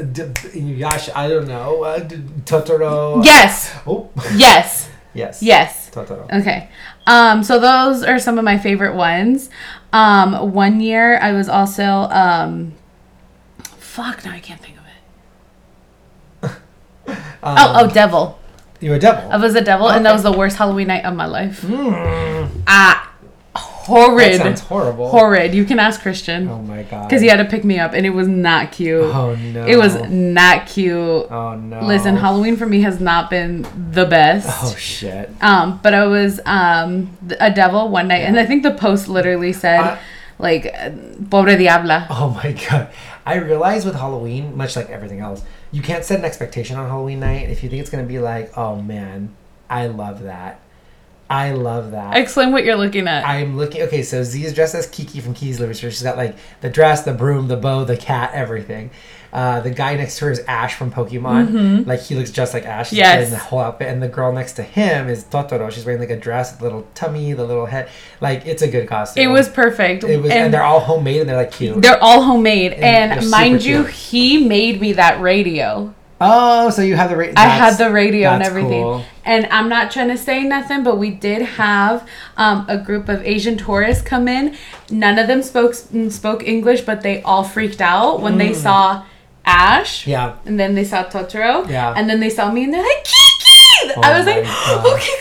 [SPEAKER 2] d- gosh, I don't know. Uh, d- Totoro.
[SPEAKER 3] Yes,
[SPEAKER 2] Oh,
[SPEAKER 3] yes,
[SPEAKER 2] yes.
[SPEAKER 3] yes.
[SPEAKER 2] Totoro.
[SPEAKER 3] Okay. Um, so those are some of my favorite ones. Um, one year I was also um. Fuck! Now I can't think of it.
[SPEAKER 2] Um,
[SPEAKER 3] Oh, oh, devil.
[SPEAKER 2] you were a devil.
[SPEAKER 3] I was a devil, and that
[SPEAKER 2] Okay. Hmm.
[SPEAKER 3] was the worst Halloween night of my life. Ah, horrid.
[SPEAKER 2] that sounds horrible.
[SPEAKER 3] horrid. You can ask Christian
[SPEAKER 2] Oh my god.
[SPEAKER 3] because he had to pick me up, and it was not cute.
[SPEAKER 2] Oh no.
[SPEAKER 3] It was not cute.
[SPEAKER 2] Oh no.
[SPEAKER 3] Listen, Halloween for me has not been the best.
[SPEAKER 2] Oh shit.
[SPEAKER 3] Um, but I was um th- a devil one night, and I think the post literally said
[SPEAKER 2] I-
[SPEAKER 3] like uh, "pobre diabla."
[SPEAKER 2] Oh my god. I realize with Halloween, much like everything else, you can't set an expectation on Halloween night if you think it's gonna be like, oh man, I love that. I love that.
[SPEAKER 3] Explain what you're looking at.
[SPEAKER 2] I'm looking. Okay, so Z is dressed as Kiki from Kiki's Delivery Service. She's got like the dress, the broom, the bow, the cat, everything. Uh, the guy next to her is Ash from Pokemon. Like he looks just like Ash. He's
[SPEAKER 3] Mm-hmm. Yes.
[SPEAKER 2] wearing the whole outfit. And the girl next to him is Totoro. She's wearing like a dress, with a little tummy, the little head. Like it's a good costume.
[SPEAKER 3] it was perfect.
[SPEAKER 2] It was, and, they're all homemade and they're like cute.
[SPEAKER 3] They're all homemade, and,
[SPEAKER 2] they're super
[SPEAKER 3] mind you,
[SPEAKER 2] cute.
[SPEAKER 3] he made me that radio.
[SPEAKER 2] oh, so you have the. Ra-
[SPEAKER 3] I had
[SPEAKER 2] that's-
[SPEAKER 3] the radio and
[SPEAKER 2] that's
[SPEAKER 3] everything.
[SPEAKER 2] cool.
[SPEAKER 3] And I'm not trying to say nothing, but we did have um, a group of Asian tourists come in. None of them spoke mm, spoke English, but they all freaked out when
[SPEAKER 2] Mm.
[SPEAKER 3] they saw Ash.
[SPEAKER 2] Yeah.
[SPEAKER 3] And then they saw Totoro.
[SPEAKER 2] Yeah.
[SPEAKER 3] And then they saw me, and they're like, "Kiki!" I
[SPEAKER 2] Oh
[SPEAKER 3] was like, "Oh,
[SPEAKER 2] my God.
[SPEAKER 3] "Okay,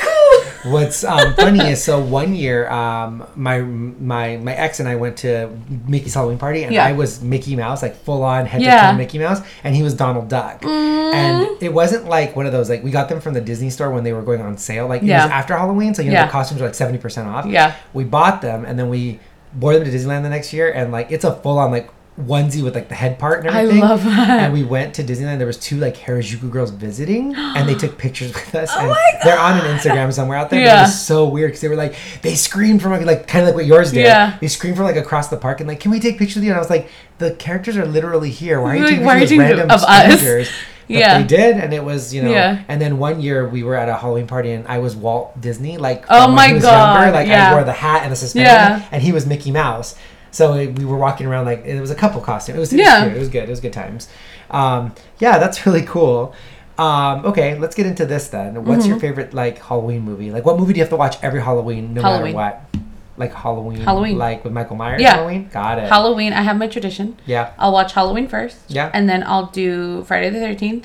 [SPEAKER 3] cool."
[SPEAKER 2] What's um, funny is so one year, um, my my my ex and I went to Mickey's Halloween party, and
[SPEAKER 3] Yeah.
[SPEAKER 2] I was Mickey Mouse, like full on head
[SPEAKER 3] Yeah. Mm.
[SPEAKER 2] to toe Mickey Mouse, and he was Donald Duck. And it wasn't like one of those like we got them from the Disney store when they were going on sale. Like it
[SPEAKER 3] Yeah.
[SPEAKER 2] was after Halloween, so you know
[SPEAKER 3] Yeah.
[SPEAKER 2] the costumes were like seventy percent off.
[SPEAKER 3] Yeah.
[SPEAKER 2] we bought them, and then we bore them to Disneyland the next year, and like it's a full on like onesie with like the head part and
[SPEAKER 3] I
[SPEAKER 2] everything.
[SPEAKER 3] love that.
[SPEAKER 2] And we went to Disneyland. There was two like Harajuku girls visiting, and they took pictures with us. and
[SPEAKER 3] Oh my
[SPEAKER 2] They're on an Instagram somewhere out there. But
[SPEAKER 3] Yeah.
[SPEAKER 2] it was so weird because they were like they screamed from like, like kind of like what yours did.
[SPEAKER 3] Yeah.
[SPEAKER 2] They screamed from like across the park and like, can we take pictures with you? And I was like, the characters are literally here. Why are you
[SPEAKER 3] Like,
[SPEAKER 2] taking
[SPEAKER 3] why are
[SPEAKER 2] pictures
[SPEAKER 3] you
[SPEAKER 2] with
[SPEAKER 3] taking
[SPEAKER 2] random
[SPEAKER 3] of us?
[SPEAKER 2] strangers? But
[SPEAKER 3] Yeah.
[SPEAKER 2] they did, and it was you know.
[SPEAKER 3] Yeah.
[SPEAKER 2] And then one year we were at a Halloween party, and I was Walt Disney, like
[SPEAKER 3] Oh
[SPEAKER 2] from when
[SPEAKER 3] my
[SPEAKER 2] he was
[SPEAKER 3] God,
[SPEAKER 2] younger. like
[SPEAKER 3] yeah.
[SPEAKER 2] I wore the hat and the suspender,
[SPEAKER 3] Yeah.
[SPEAKER 2] and he was Mickey Mouse. So it- we were walking around like it was a couple costume. It was, it was
[SPEAKER 3] Yeah.
[SPEAKER 2] cute. It was good. It was good times. Um, yeah, that's really cool. Um, okay, let's get into this then. What's
[SPEAKER 3] Mm-hmm.
[SPEAKER 2] your favorite like Halloween movie? Like, what movie do you have to watch every Halloween, no
[SPEAKER 3] Halloween.
[SPEAKER 2] matter what? Like Halloween,
[SPEAKER 3] Halloween.
[SPEAKER 2] like with Michael Myers.
[SPEAKER 3] Yeah. Oh,
[SPEAKER 2] Halloween. Got it.
[SPEAKER 3] Halloween, I have my tradition.
[SPEAKER 2] yeah.
[SPEAKER 3] I'll watch Halloween first.
[SPEAKER 2] Yeah.
[SPEAKER 3] And then I'll do Friday the 13th.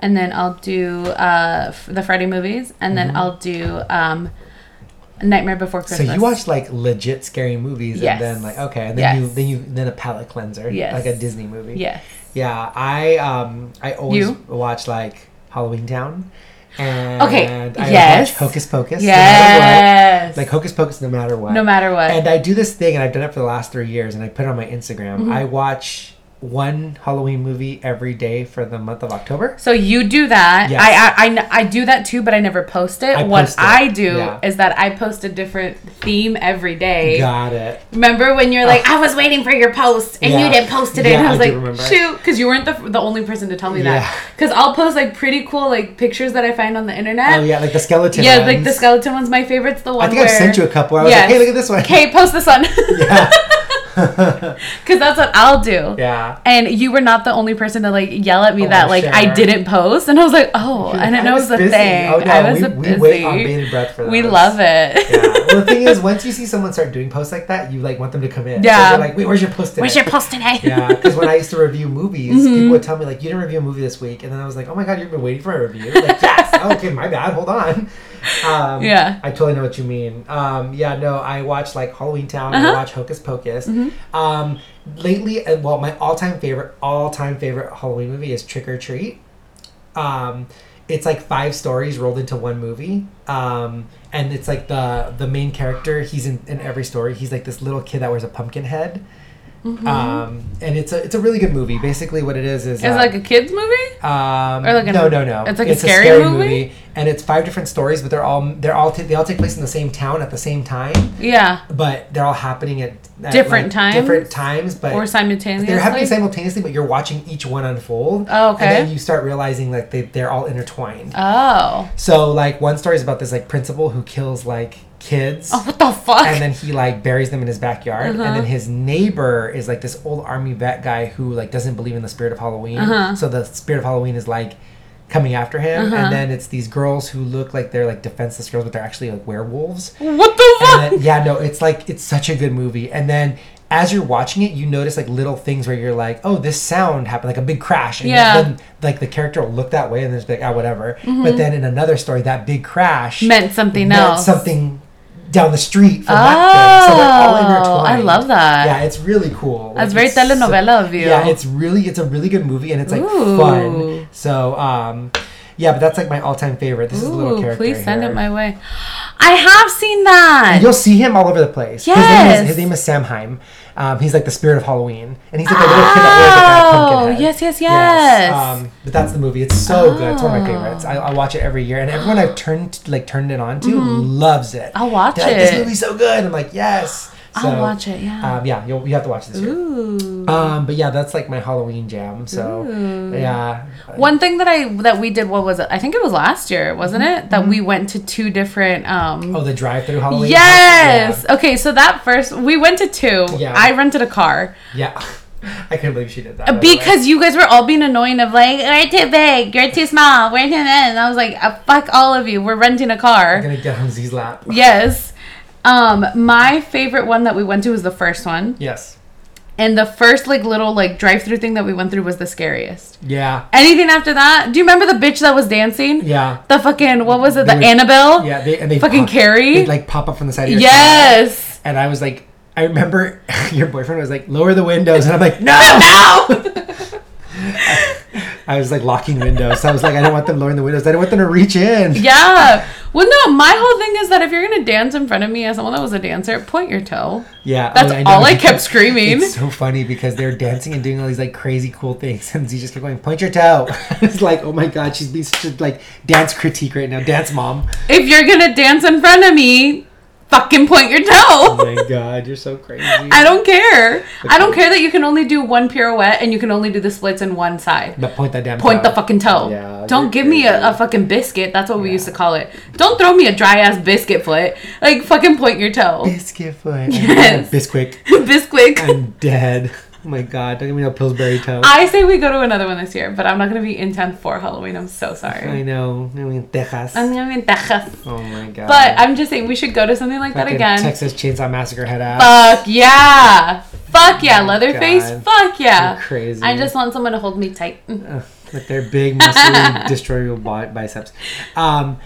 [SPEAKER 3] and then I'll do uh, f- the Friday movies, and then I'll do um, Nightmare Before
[SPEAKER 2] Mm-hmm. So
[SPEAKER 3] Christmas.
[SPEAKER 2] you watch like legit scary movies, and
[SPEAKER 3] Yes.
[SPEAKER 2] then like okay, and then
[SPEAKER 3] Yes.
[SPEAKER 2] you then you then a palate cleanser,
[SPEAKER 3] Yes.
[SPEAKER 2] like a Disney movie.
[SPEAKER 3] Yes.
[SPEAKER 2] yeah. I um I always
[SPEAKER 3] You?
[SPEAKER 2] watch like Halloween Town, and
[SPEAKER 3] Okay,
[SPEAKER 2] I always
[SPEAKER 3] yes.
[SPEAKER 2] watch Hocus Pocus. no matter
[SPEAKER 3] Yes.
[SPEAKER 2] what. like Hocus Pocus, no matter what.
[SPEAKER 3] no matter what.
[SPEAKER 2] And I do this thing, and I've done it for the last three years, and I put it on my Instagram.
[SPEAKER 3] Mm-hmm.
[SPEAKER 2] I watch one Halloween movie every day for the month of October.
[SPEAKER 3] So you do that.
[SPEAKER 2] Yes.
[SPEAKER 3] I, I- I n- I do that too, but I never post it.
[SPEAKER 2] I
[SPEAKER 3] what
[SPEAKER 2] post it,
[SPEAKER 3] I do
[SPEAKER 2] yeah.
[SPEAKER 3] is that I post a different theme every day.
[SPEAKER 2] Got it.
[SPEAKER 3] Remember when you're like, I was waiting for your post and
[SPEAKER 2] Oh. Yeah.
[SPEAKER 3] you didn't post it,
[SPEAKER 2] Yeah,
[SPEAKER 3] and I was
[SPEAKER 2] I do
[SPEAKER 3] like,
[SPEAKER 2] remember.
[SPEAKER 3] shoot, because you weren't the, the only person to tell me
[SPEAKER 2] Yeah.
[SPEAKER 3] that. Because I'll post like pretty cool like pictures that I find on the internet.
[SPEAKER 2] Oh yeah, like the skeleton.
[SPEAKER 3] Yeah, like the
[SPEAKER 2] ones.
[SPEAKER 3] skeleton one's my favorite. It's the one
[SPEAKER 2] I think I
[SPEAKER 3] where-
[SPEAKER 2] sent you a couple. I was
[SPEAKER 3] Yes.
[SPEAKER 2] like, hey, look at this one.
[SPEAKER 3] Okay, post this one.
[SPEAKER 2] Yeah.
[SPEAKER 3] Because that's what I'll do.
[SPEAKER 2] yeah.
[SPEAKER 3] And you were not the only person to like yell at me
[SPEAKER 2] Oh,
[SPEAKER 3] that
[SPEAKER 2] I'm
[SPEAKER 3] like
[SPEAKER 2] sure.
[SPEAKER 3] I didn't post, and I was like, oh, I didn't know it was a thing. I was
[SPEAKER 2] Oh, we,
[SPEAKER 3] a
[SPEAKER 2] we
[SPEAKER 3] busy.
[SPEAKER 2] wait on bated breath for that.
[SPEAKER 3] we love it.
[SPEAKER 2] Yeah. Well, the thing is, once you see someone start doing posts like that, you like want them to come in. So
[SPEAKER 3] Yeah.
[SPEAKER 2] you're like, wait, where's your post today?
[SPEAKER 3] Where's your post today?
[SPEAKER 2] yeah, because when I used to review movies, people would tell me like, "You didn't review a movie this week," and then I was like, "Oh my god, you've been waiting for a review." Like, yes. Oh, okay, my bad. Hold on. Um,
[SPEAKER 3] Yeah.
[SPEAKER 2] I totally know what you mean. Um, yeah, no, I watch like Halloween Town. I
[SPEAKER 3] Uh-huh.
[SPEAKER 2] watch Hocus Pocus.
[SPEAKER 3] Mm-hmm.
[SPEAKER 2] Um, lately, uh, well, my all-time favorite, all-time favorite Halloween movie is Trick or Treat. Um, it's like five stories rolled into one movie. Um, and it's like the the main character. He's in, in every story. He's like this little kid that wears a pumpkin head. Um, and it's a it's a really good movie. Basically, what it is is
[SPEAKER 3] Mm-hmm.
[SPEAKER 2] uh,
[SPEAKER 3] It's like a kids movie.
[SPEAKER 2] um,
[SPEAKER 3] or like an-
[SPEAKER 2] no, no, no.
[SPEAKER 3] it's like a scary movie?
[SPEAKER 2] and it's five different stories, but they're all they're all ta- they all take place in the same town at the same time,
[SPEAKER 3] Yeah,
[SPEAKER 2] but they're all happening at, at,
[SPEAKER 3] Different
[SPEAKER 2] different times, but
[SPEAKER 3] or simultaneously.
[SPEAKER 2] they're happening simultaneously. But you're watching each one unfold.
[SPEAKER 3] Oh, okay.
[SPEAKER 2] And then you start realizing like they they're all intertwined.
[SPEAKER 3] oh,
[SPEAKER 2] so like one story is about this like principal who kills like kids
[SPEAKER 3] oh, what the fuck?
[SPEAKER 2] and then he like buries them in his backyard and then his neighbor is like this old army vet guy who like doesn't believe in the spirit of halloween so the spirit of halloween is like coming after him and then it's these girls who look like they're like defenseless girls but they're actually like werewolves
[SPEAKER 3] what the fuck?
[SPEAKER 2] and then, yeah, no, it's like it's such a good movie. And then as you're watching it, you notice like little things where you're like, oh, this sound happened, like a big crash. And
[SPEAKER 3] Yeah. Mm-hmm.
[SPEAKER 2] Then like the character will look that way and then just be like, ah, whatever. But then in another story, that big crash
[SPEAKER 3] Meant something else.
[SPEAKER 2] Something down the street from that thing. So they're all
[SPEAKER 3] oh,
[SPEAKER 2] intertwined.
[SPEAKER 3] I love that.
[SPEAKER 2] Yeah, it's really cool.
[SPEAKER 3] That's
[SPEAKER 2] Like,
[SPEAKER 3] very
[SPEAKER 2] it's so-
[SPEAKER 3] telenovela of you.
[SPEAKER 2] Yeah, it's really it's a really good movie and it's like
[SPEAKER 3] Ooh.
[SPEAKER 2] fun. So um yeah, but that's like my all-time favorite. This is a little
[SPEAKER 3] Ooh,
[SPEAKER 2] character.
[SPEAKER 3] please send
[SPEAKER 2] here.
[SPEAKER 3] it my way. I have seen that.
[SPEAKER 2] You'll see him all over the place.
[SPEAKER 3] Yes.
[SPEAKER 2] His name is, his name is Samheim. Um, he's like the spirit of Halloween, and he's like a little kid that wears like, a
[SPEAKER 3] Oh,
[SPEAKER 2] pumpkin head.
[SPEAKER 3] yes, yes, yes.
[SPEAKER 2] Um, but that's the movie. It's so good. It's one of my
[SPEAKER 3] Oh.
[SPEAKER 2] favorites. I, I watch it every year, and everyone I've turned like turned it on to loves it.
[SPEAKER 3] Mm-hmm. I'll watch
[SPEAKER 2] They're like, This
[SPEAKER 3] it.
[SPEAKER 2] movie's so good. I'm like, yes.
[SPEAKER 3] I'll
[SPEAKER 2] So,
[SPEAKER 3] watch it, yeah.
[SPEAKER 2] Um, yeah, you'll, you have to watch it this year.
[SPEAKER 3] Ooh.
[SPEAKER 2] Um, but yeah, that's like my Halloween jam. So yeah,
[SPEAKER 3] One thing that I that we did, what was it? I think it was last year, wasn't it? That we went to two different. um
[SPEAKER 2] Mm-hmm. oh the drive-through Halloween.
[SPEAKER 3] Yes. Okay, so that first we went to two.
[SPEAKER 2] Yeah.
[SPEAKER 3] I rented a car
[SPEAKER 2] Yeah. yeah. I couldn't believe she did that. by the way.
[SPEAKER 3] because you guys were all being annoying of like you're too big, you're too small, we're too thin. And I was like, "Uh, fuck all of you. We're renting a car.
[SPEAKER 2] I'm gonna get on Z's lap.
[SPEAKER 3] Yes. Um, my favorite one that we went to was the first one,
[SPEAKER 2] Yes.
[SPEAKER 3] and the first like little like drive-through thing that we went through was the scariest.
[SPEAKER 2] Yeah.
[SPEAKER 3] Anything after that? Do you remember the bitch that was dancing?
[SPEAKER 2] Yeah.
[SPEAKER 3] The fucking what was it? The
[SPEAKER 2] They were-
[SPEAKER 3] Annabelle.
[SPEAKER 2] Yeah, they and they
[SPEAKER 3] Fucking
[SPEAKER 2] pop-
[SPEAKER 3] Carrie?
[SPEAKER 2] They like pop up from the side of your car.
[SPEAKER 3] Yes.
[SPEAKER 2] And I was like, I remember your boyfriend was like, lower the windows, and I'm like, no.
[SPEAKER 3] No.
[SPEAKER 2] I was like locking windows. So I was like, I don't want them lowering the windows. I don't want them to reach in.
[SPEAKER 3] yeah. Well, no. My whole thing is that if you're gonna dance in front of me as someone that was a dancer, point your toe.
[SPEAKER 2] Yeah,
[SPEAKER 3] That's
[SPEAKER 2] know.
[SPEAKER 3] all I kept screaming.
[SPEAKER 2] It's so funny because they're dancing and doing all these like crazy cool things, and Z just kept going, point your toe. it's like, oh my god, she's being such a like dance critique right now, dance mom.
[SPEAKER 3] If you're gonna dance in front of me, fucking point your toe.
[SPEAKER 2] Oh my god, you're so crazy.
[SPEAKER 3] I don't care. I don't care that you can only do one pirouette and you can only do the splits in one side.
[SPEAKER 2] But point that damn.
[SPEAKER 3] Point the
[SPEAKER 2] toe.
[SPEAKER 3] fucking toe.
[SPEAKER 2] Yeah,
[SPEAKER 3] don't
[SPEAKER 2] you're
[SPEAKER 3] give me
[SPEAKER 2] crazy.
[SPEAKER 3] a, a fucking biscuit. That's what we used to call it. Don't throw me a dry ass biscuit foot. Like fucking point your toe.
[SPEAKER 2] biscuit foot.
[SPEAKER 3] Yes.
[SPEAKER 2] Bisquick.
[SPEAKER 3] Bisquick.
[SPEAKER 2] I'm dead. Oh my god, don't give me no Pillsbury toe.
[SPEAKER 3] I say we go to another one this year, but I'm not gonna be in town for Halloween. I'm so
[SPEAKER 2] I
[SPEAKER 3] sorry.
[SPEAKER 2] know. I mean, Texas.
[SPEAKER 3] I'm gonna be in Texas.
[SPEAKER 2] oh my god.
[SPEAKER 3] But I'm just saying we should go to something like that
[SPEAKER 2] Fucking
[SPEAKER 3] again.
[SPEAKER 2] Texas Chainsaw Massacre head ass.
[SPEAKER 3] Fuck yeah. Fuck yeah,
[SPEAKER 2] Oh my
[SPEAKER 3] Leatherface.
[SPEAKER 2] God.
[SPEAKER 3] Fuck yeah.
[SPEAKER 2] You're crazy.
[SPEAKER 3] I just want someone to hold me tight.
[SPEAKER 2] Ugh, with their big muscly destroy your bi- biceps. Um,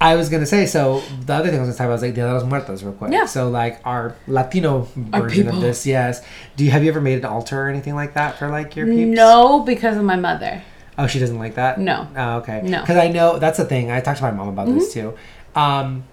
[SPEAKER 2] I was gonna say so. The other thing I was gonna talk about was like Dia de los Muertos, real quick.
[SPEAKER 3] Yeah.
[SPEAKER 2] So like our Latino
[SPEAKER 3] Our
[SPEAKER 2] version of
[SPEAKER 3] people.
[SPEAKER 2] this, yes. Do you have you ever made an altar or anything like that for like your peeps?
[SPEAKER 3] No, because of my mother.
[SPEAKER 2] Oh, she doesn't like that?
[SPEAKER 3] No.
[SPEAKER 2] Oh, okay.
[SPEAKER 3] No. Mm-hmm.
[SPEAKER 2] Because I know that's the thing. I talked to my mom about this too. Um,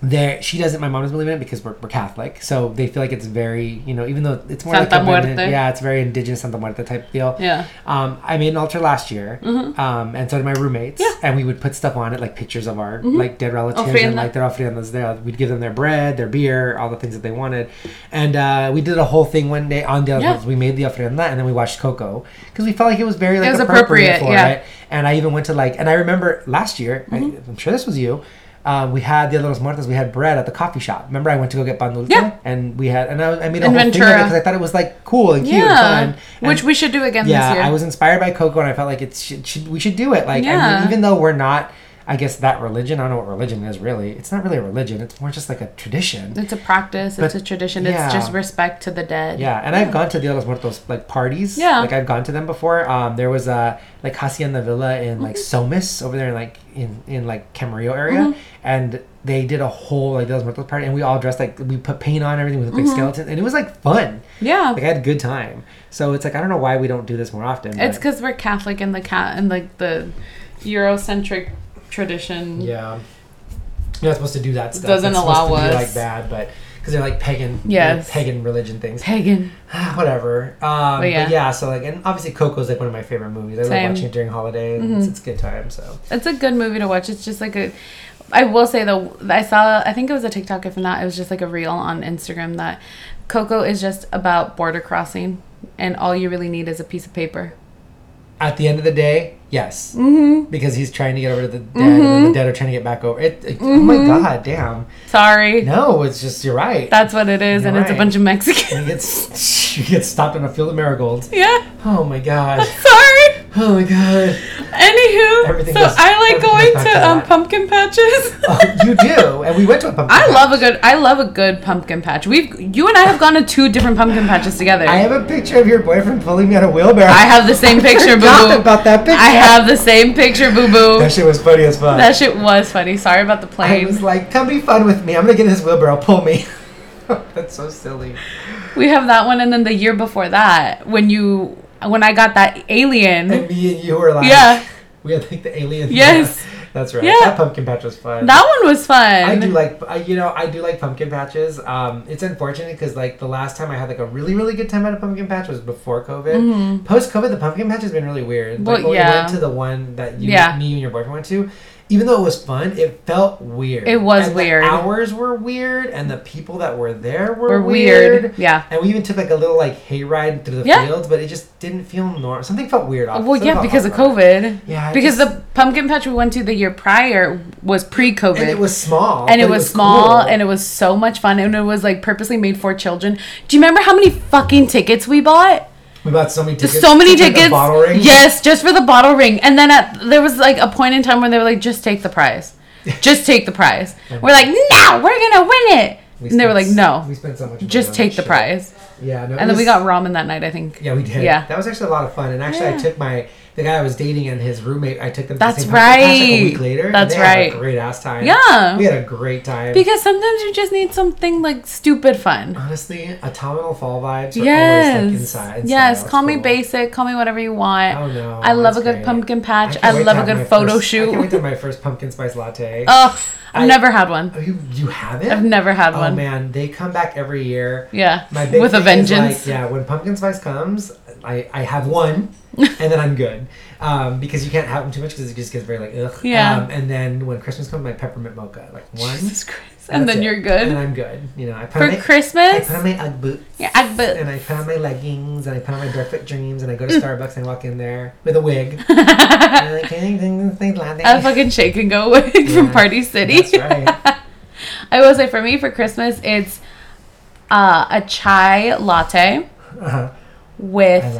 [SPEAKER 2] there, she doesn't. My mom doesn't believe in it because we're, we're Catholic, so they feel like it's very, you know, even though it's more like
[SPEAKER 3] Santa
[SPEAKER 2] a women-
[SPEAKER 3] Muerte.
[SPEAKER 2] yeah, it's very indigenous Santa Muerte type deal.
[SPEAKER 3] Yeah. Mm-hmm.
[SPEAKER 2] Um, I made an altar last year, um, and so did my roommates.
[SPEAKER 3] Yeah. Mm-hmm.
[SPEAKER 2] And we would put stuff on it, like pictures of our like dead relatives
[SPEAKER 3] Ofrenda.
[SPEAKER 2] and like their ofrendas. There, we'd give them their bread, their beer, all the things that they wanted, and uh, we did a whole thing one day on the.
[SPEAKER 3] Yeah.
[SPEAKER 2] We made the ofrenda, and then we watched Coco because we felt like it was very like
[SPEAKER 3] was
[SPEAKER 2] appropriate,
[SPEAKER 3] appropriate,
[SPEAKER 2] for
[SPEAKER 3] yeah.
[SPEAKER 2] it. And I even went to like, and I remember last year,
[SPEAKER 3] Mm-hmm.
[SPEAKER 2] I, I'm sure this was you. Uh, we had Dia de los Muertos. We had bread at the coffee shop. Remember, I went to go get pan dulce,
[SPEAKER 3] Yeah.
[SPEAKER 2] and we had, and I, I made a
[SPEAKER 3] In
[SPEAKER 2] whole thing
[SPEAKER 3] Ventura.
[SPEAKER 2] because I thought it was like cool and cute and
[SPEAKER 3] Yeah.
[SPEAKER 2] fun. And-
[SPEAKER 3] Which we should do again
[SPEAKER 2] yeah,
[SPEAKER 3] this year.
[SPEAKER 2] I was inspired by Coco, and I felt like it should, should we should do it. Like, I
[SPEAKER 3] Yeah.
[SPEAKER 2] mean, even though we're not, I guess that religion. I don't know what religion is really. It's not really a religion. It's more just like a tradition.
[SPEAKER 3] it's a practice, it's a tradition,
[SPEAKER 2] yeah.
[SPEAKER 3] it's just respect to the dead.
[SPEAKER 2] Yeah, and I've gone to Dia de los Muertos like parties.
[SPEAKER 3] Yeah.
[SPEAKER 2] like I've gone to them before. Um, there was a like Hacienda Villa in like
[SPEAKER 3] Mm-hmm.
[SPEAKER 2] Somis over there in like in in like Camarillo area, and they did a whole like Dia de los Muertos party, and we all dressed like we put paint on everything with a big
[SPEAKER 3] Mm-hmm.
[SPEAKER 2] skeleton, and it was like fun.
[SPEAKER 3] Yeah.
[SPEAKER 2] Like I had a good time. So it's like I don't know why we don't do this more often.
[SPEAKER 3] It's
[SPEAKER 2] but-
[SPEAKER 3] because we're Catholic and the cat and like the Eurocentric tradition.
[SPEAKER 2] yeah. You're not supposed to do that stuff.
[SPEAKER 3] Doesn't
[SPEAKER 2] It's supposed
[SPEAKER 3] allow
[SPEAKER 2] to be,
[SPEAKER 3] us.
[SPEAKER 2] like bad, but because they're like pagan,
[SPEAKER 3] Yes.
[SPEAKER 2] like, pagan religion things.
[SPEAKER 3] Pagan.
[SPEAKER 2] whatever. Um, but, yeah.
[SPEAKER 3] yeah.
[SPEAKER 2] so like, and obviously Coco's like one of my favorite movies. I love
[SPEAKER 3] Same. Mm-hmm.
[SPEAKER 2] watching it during holiday. And it's, it's a good time. So
[SPEAKER 3] It's a good movie to watch. It's just like a. I will say though, I saw. I think it was a TikTok. If not, it was just like a reel on Instagram that Coco is just about border crossing, and all you really need is a piece of paper.
[SPEAKER 2] at the end of the day, yes, mm-hmm. because he's trying to get over to the dead, and then
[SPEAKER 3] Mm-hmm.
[SPEAKER 2] the dead are trying to get back over. It, it- Oh my god, damn!
[SPEAKER 3] Sorry,
[SPEAKER 2] No, it's just you're right.
[SPEAKER 3] that's what it is, and it's a
[SPEAKER 2] Right.
[SPEAKER 3] bunch of Mexicans.
[SPEAKER 2] you get you get stopped in a field of marigolds.
[SPEAKER 3] yeah,
[SPEAKER 2] Oh my god!
[SPEAKER 3] sorry.
[SPEAKER 2] Oh my god!
[SPEAKER 3] Anywho,
[SPEAKER 2] Everything
[SPEAKER 3] so
[SPEAKER 2] goes-
[SPEAKER 3] I like
[SPEAKER 2] everything goes
[SPEAKER 3] going
[SPEAKER 2] back
[SPEAKER 3] to,
[SPEAKER 2] to
[SPEAKER 3] um,
[SPEAKER 2] that.
[SPEAKER 3] pumpkin patches.
[SPEAKER 2] Oh, you do, and we went to a pumpkin.
[SPEAKER 3] I
[SPEAKER 2] patch.
[SPEAKER 3] love a good. I love a good pumpkin patch. We've you and I have gone to two different pumpkin patches together.
[SPEAKER 2] I
[SPEAKER 3] I,
[SPEAKER 2] have a picture of your boyfriend pulling me out of wheelbarrow.
[SPEAKER 3] have the same picture, boo
[SPEAKER 2] forgot
[SPEAKER 3] boo.
[SPEAKER 2] about that picture.
[SPEAKER 3] I have the same picture, boo boo.
[SPEAKER 2] that shit was funny as fuck.
[SPEAKER 3] That shit was funny. Sorry about the
[SPEAKER 2] I
[SPEAKER 3] plane.
[SPEAKER 2] was like, come be fun with me. I'm gonna get in this wheelbarrow. Pull me. That's so silly.
[SPEAKER 3] we have that one, and then the year before that, when you when I got that alien,
[SPEAKER 2] And me and you were like,
[SPEAKER 3] Yeah.
[SPEAKER 2] we had like the alien.
[SPEAKER 3] Yes.
[SPEAKER 2] that's right.
[SPEAKER 3] Yeah.
[SPEAKER 2] That pumpkin patch was fun.
[SPEAKER 3] that one was fun.
[SPEAKER 2] I do like, I, you know, I do like pumpkin patches. Um, it's unfortunate because like the last time I had like a really really good time at a pumpkin patch was before COVID. Post COVID, the pumpkin patch has been really weird.
[SPEAKER 3] Mm-hmm. Well,
[SPEAKER 2] like when we
[SPEAKER 3] yeah.
[SPEAKER 2] went to the one that you,
[SPEAKER 3] Yeah.
[SPEAKER 2] me, and your boyfriend went to. Even though it was fun, it felt weird.
[SPEAKER 3] It was
[SPEAKER 2] And
[SPEAKER 3] weird.
[SPEAKER 2] The hours were weird, and the people that were there were,
[SPEAKER 3] We're
[SPEAKER 2] weird.
[SPEAKER 3] weird. Yeah.
[SPEAKER 2] And we even took like a little like hayride through the
[SPEAKER 3] Yeah.
[SPEAKER 2] fields, but it just didn't feel normal. Something felt weird off.
[SPEAKER 3] Well,
[SPEAKER 2] something
[SPEAKER 3] yeah,
[SPEAKER 2] felt
[SPEAKER 3] because
[SPEAKER 2] off
[SPEAKER 3] of
[SPEAKER 2] about it.
[SPEAKER 3] COVID.
[SPEAKER 2] Yeah, I
[SPEAKER 3] Because
[SPEAKER 2] just-
[SPEAKER 3] the pumpkin patch we went to the year prior was pre-COVID.
[SPEAKER 2] And it was small. but
[SPEAKER 3] and it was, small
[SPEAKER 2] cool.
[SPEAKER 3] and it was so much fun and it was like purposely made for children do you remember how many fucking tickets we bought
[SPEAKER 2] we bought so many tickets.
[SPEAKER 3] so many
[SPEAKER 2] Just like a
[SPEAKER 3] tickets
[SPEAKER 2] bottle ring.
[SPEAKER 3] yes just for the bottle ring and then at, there was like a point in time where they were like just take the prize just take the prize we're like no we're gonna win it
[SPEAKER 2] Oh We
[SPEAKER 3] and they were like
[SPEAKER 2] spent-
[SPEAKER 3] no
[SPEAKER 2] We spent so much. money
[SPEAKER 3] just
[SPEAKER 2] on
[SPEAKER 3] take
[SPEAKER 2] that
[SPEAKER 3] the
[SPEAKER 2] shit.
[SPEAKER 3] prize
[SPEAKER 2] Yeah. No, it
[SPEAKER 3] and then
[SPEAKER 2] was-
[SPEAKER 3] we got ramen that night i think
[SPEAKER 2] Yeah, we did.
[SPEAKER 3] yeah.
[SPEAKER 2] That was actually a lot of fun. And actually, I
[SPEAKER 3] Yeah.
[SPEAKER 2] took my the guy I was dating and his roommate. I took them.
[SPEAKER 3] That's
[SPEAKER 2] to the same pumpkin patch, Like a week
[SPEAKER 3] right.
[SPEAKER 2] later. and
[SPEAKER 3] That's
[SPEAKER 2] they had
[SPEAKER 3] right.
[SPEAKER 2] a great ass time.
[SPEAKER 3] Yeah.
[SPEAKER 2] We had a great time.
[SPEAKER 3] because sometimes you just need something like stupid fun
[SPEAKER 2] honestly, autumnal fall vibes. Are
[SPEAKER 3] yes
[SPEAKER 2] Always, like, inside, inside.
[SPEAKER 3] yes
[SPEAKER 2] It's
[SPEAKER 3] call me
[SPEAKER 2] cool.
[SPEAKER 3] basic call me whatever you want
[SPEAKER 2] Oh no.
[SPEAKER 3] I love
[SPEAKER 2] that's
[SPEAKER 3] a good
[SPEAKER 2] great.
[SPEAKER 3] pumpkin patch.
[SPEAKER 2] can't
[SPEAKER 3] I,
[SPEAKER 2] wait to
[SPEAKER 3] love a
[SPEAKER 2] have
[SPEAKER 3] good
[SPEAKER 2] my
[SPEAKER 3] photo
[SPEAKER 2] first- I can't wait
[SPEAKER 3] shoot.
[SPEAKER 2] to have my first pumpkin spice latte.
[SPEAKER 3] Ugh, I've
[SPEAKER 2] I-
[SPEAKER 3] never had one.
[SPEAKER 2] Oh, you you haven't?
[SPEAKER 3] I've never had
[SPEAKER 2] Oh
[SPEAKER 3] one.
[SPEAKER 2] man, they come back every year.
[SPEAKER 3] Yeah,
[SPEAKER 2] My big
[SPEAKER 3] with a
[SPEAKER 2] thing is,
[SPEAKER 3] vengeance.
[SPEAKER 2] like, yeah, when pumpkin spice comes, I, I have one, and then I'm good, um, because you can't have them too much because it just gets very like ugh.
[SPEAKER 3] Yeah.
[SPEAKER 2] Um, and then when Christmas comes, my peppermint mocha, like one,
[SPEAKER 3] Jesus Christ. And
[SPEAKER 2] that's
[SPEAKER 3] then
[SPEAKER 2] it.
[SPEAKER 3] you're
[SPEAKER 2] And
[SPEAKER 3] good
[SPEAKER 2] I'm good. You know, I put on
[SPEAKER 3] for
[SPEAKER 2] my, I
[SPEAKER 3] Christmas.
[SPEAKER 2] put on my UGG boots.
[SPEAKER 3] Yeah, Ugg boots.
[SPEAKER 2] And I put on my leggings, and I put on my barefoot dreams, and I go
[SPEAKER 3] Mm.
[SPEAKER 2] to Starbucks and I walk in there with a wig. and I'm like, "Can I drink this thing latte?"
[SPEAKER 3] I fucking shake and go away
[SPEAKER 2] Yeah.
[SPEAKER 3] from Party City.
[SPEAKER 2] That's right.
[SPEAKER 3] I will say for me for Christmas it's uh, a chai latte
[SPEAKER 2] Uh-huh. I love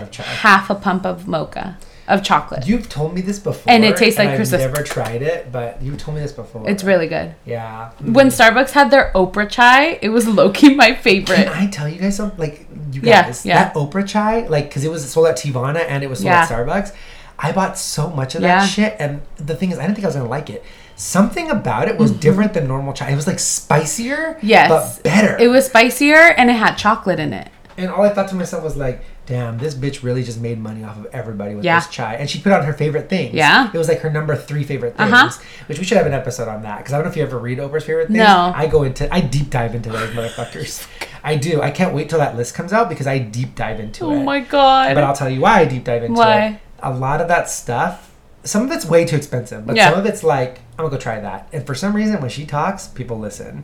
[SPEAKER 3] with
[SPEAKER 2] chai.
[SPEAKER 3] half a pump of mocha of chocolate.
[SPEAKER 2] You've told me this before,
[SPEAKER 3] And it tastes like
[SPEAKER 2] I've
[SPEAKER 3] Christmas.
[SPEAKER 2] never tried it, but you told me this before.
[SPEAKER 3] It's really good.
[SPEAKER 2] yeah.
[SPEAKER 3] When Starbucks had their Oprah chai, it was Loki my
[SPEAKER 2] Can
[SPEAKER 3] favorite.
[SPEAKER 2] I tell you guys something? Like you
[SPEAKER 3] Yeah,
[SPEAKER 2] guys,
[SPEAKER 3] yeah.
[SPEAKER 2] that Oprah chai, like because it was sold at Tivana and it was sold
[SPEAKER 3] Yeah.
[SPEAKER 2] at Starbucks. I bought so much of
[SPEAKER 3] Yeah.
[SPEAKER 2] that shit, and the thing is, I didn't think I was gonna like it. Something about it was different than normal chai. It was like spicier,
[SPEAKER 3] Mm-hmm. Yes.
[SPEAKER 2] but better.
[SPEAKER 3] It was spicier and it had chocolate in it.
[SPEAKER 2] and all I thought to myself was like, "Damn, this bitch really just made money off of everybody with
[SPEAKER 3] Yeah.
[SPEAKER 2] this chai." And she put out her favorite things.
[SPEAKER 3] Yeah.
[SPEAKER 2] it was like her number three favorite things,
[SPEAKER 3] Uh-huh.
[SPEAKER 2] which we should have an episode on that because I don't know if you ever read Oprah's favorite things.
[SPEAKER 3] No.
[SPEAKER 2] I go into, I deep dive into those motherfuckers. I do. I can't wait till that list comes out because I deep dive into it.
[SPEAKER 3] Oh god.
[SPEAKER 2] But I'll tell you why I deep dive into it.
[SPEAKER 3] Why?
[SPEAKER 2] A lot of that stuff, some of it's way too expensive, but
[SPEAKER 3] Yeah.
[SPEAKER 2] some of it's like, I'm gonna go try that. And for some reason, when she talks, people listen.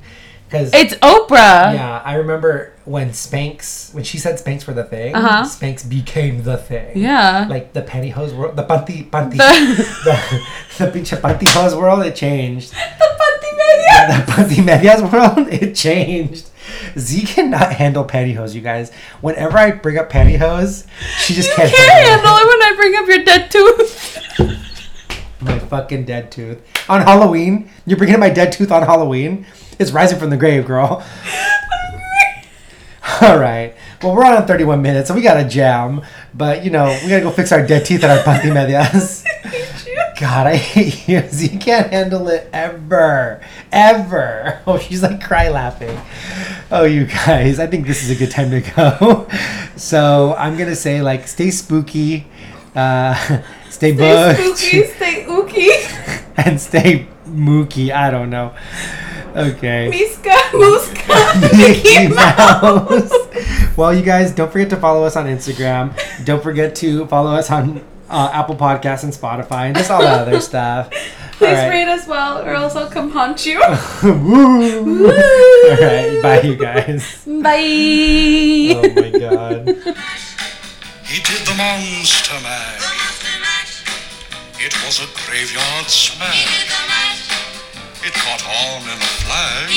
[SPEAKER 2] Because,
[SPEAKER 3] it's Oprah.
[SPEAKER 2] yeah, I remember when Spanx, when she said Spanx were the thing,
[SPEAKER 3] Uh-huh.
[SPEAKER 2] Spanx became the thing.
[SPEAKER 3] Yeah.
[SPEAKER 2] Like the pantyhose world, the panty, panty,
[SPEAKER 3] The-
[SPEAKER 2] the, the pinche pantyhose world, it changed.
[SPEAKER 3] The Panty Media.
[SPEAKER 2] the Panty Medias world, it changed. Z cannot handle pantyhose, you guys. Whenever I bring up pantyhose, she just
[SPEAKER 3] You
[SPEAKER 2] can't,
[SPEAKER 3] can't handle it when I bring up your dead tooth.
[SPEAKER 2] My fucking dead tooth. On Halloween, you're bringing up my dead tooth on Halloween. It's rising from the grave, girl. All right. Well, we're on 31 minutes, so we got to jam. But, you know, we got to go fix our dead teeth and our Panty Medias. God, I hate you. You can't handle it ever. Ever. Oh, she's like cry laughing. Oh, you guys, I think this is a good time to go. So I'm going to say, like, stay spooky, uh, stay, booked,
[SPEAKER 3] stay ookie.
[SPEAKER 2] and stay mooky. I don't know. Okay.
[SPEAKER 3] Miska, Muska,
[SPEAKER 2] Mickey Mouse. well, you guys, don't forget to follow us on Instagram. Don't forget to follow us on uh, Apple Podcasts and Spotify and just all that other stuff. All right.
[SPEAKER 3] us well, or else I'll come haunt you.
[SPEAKER 2] Woo. All right. Bye, you guys.
[SPEAKER 3] Bye.
[SPEAKER 2] Oh, my God.
[SPEAKER 1] He did the monster mash. It was a graveyard smash. It caught on in a flash.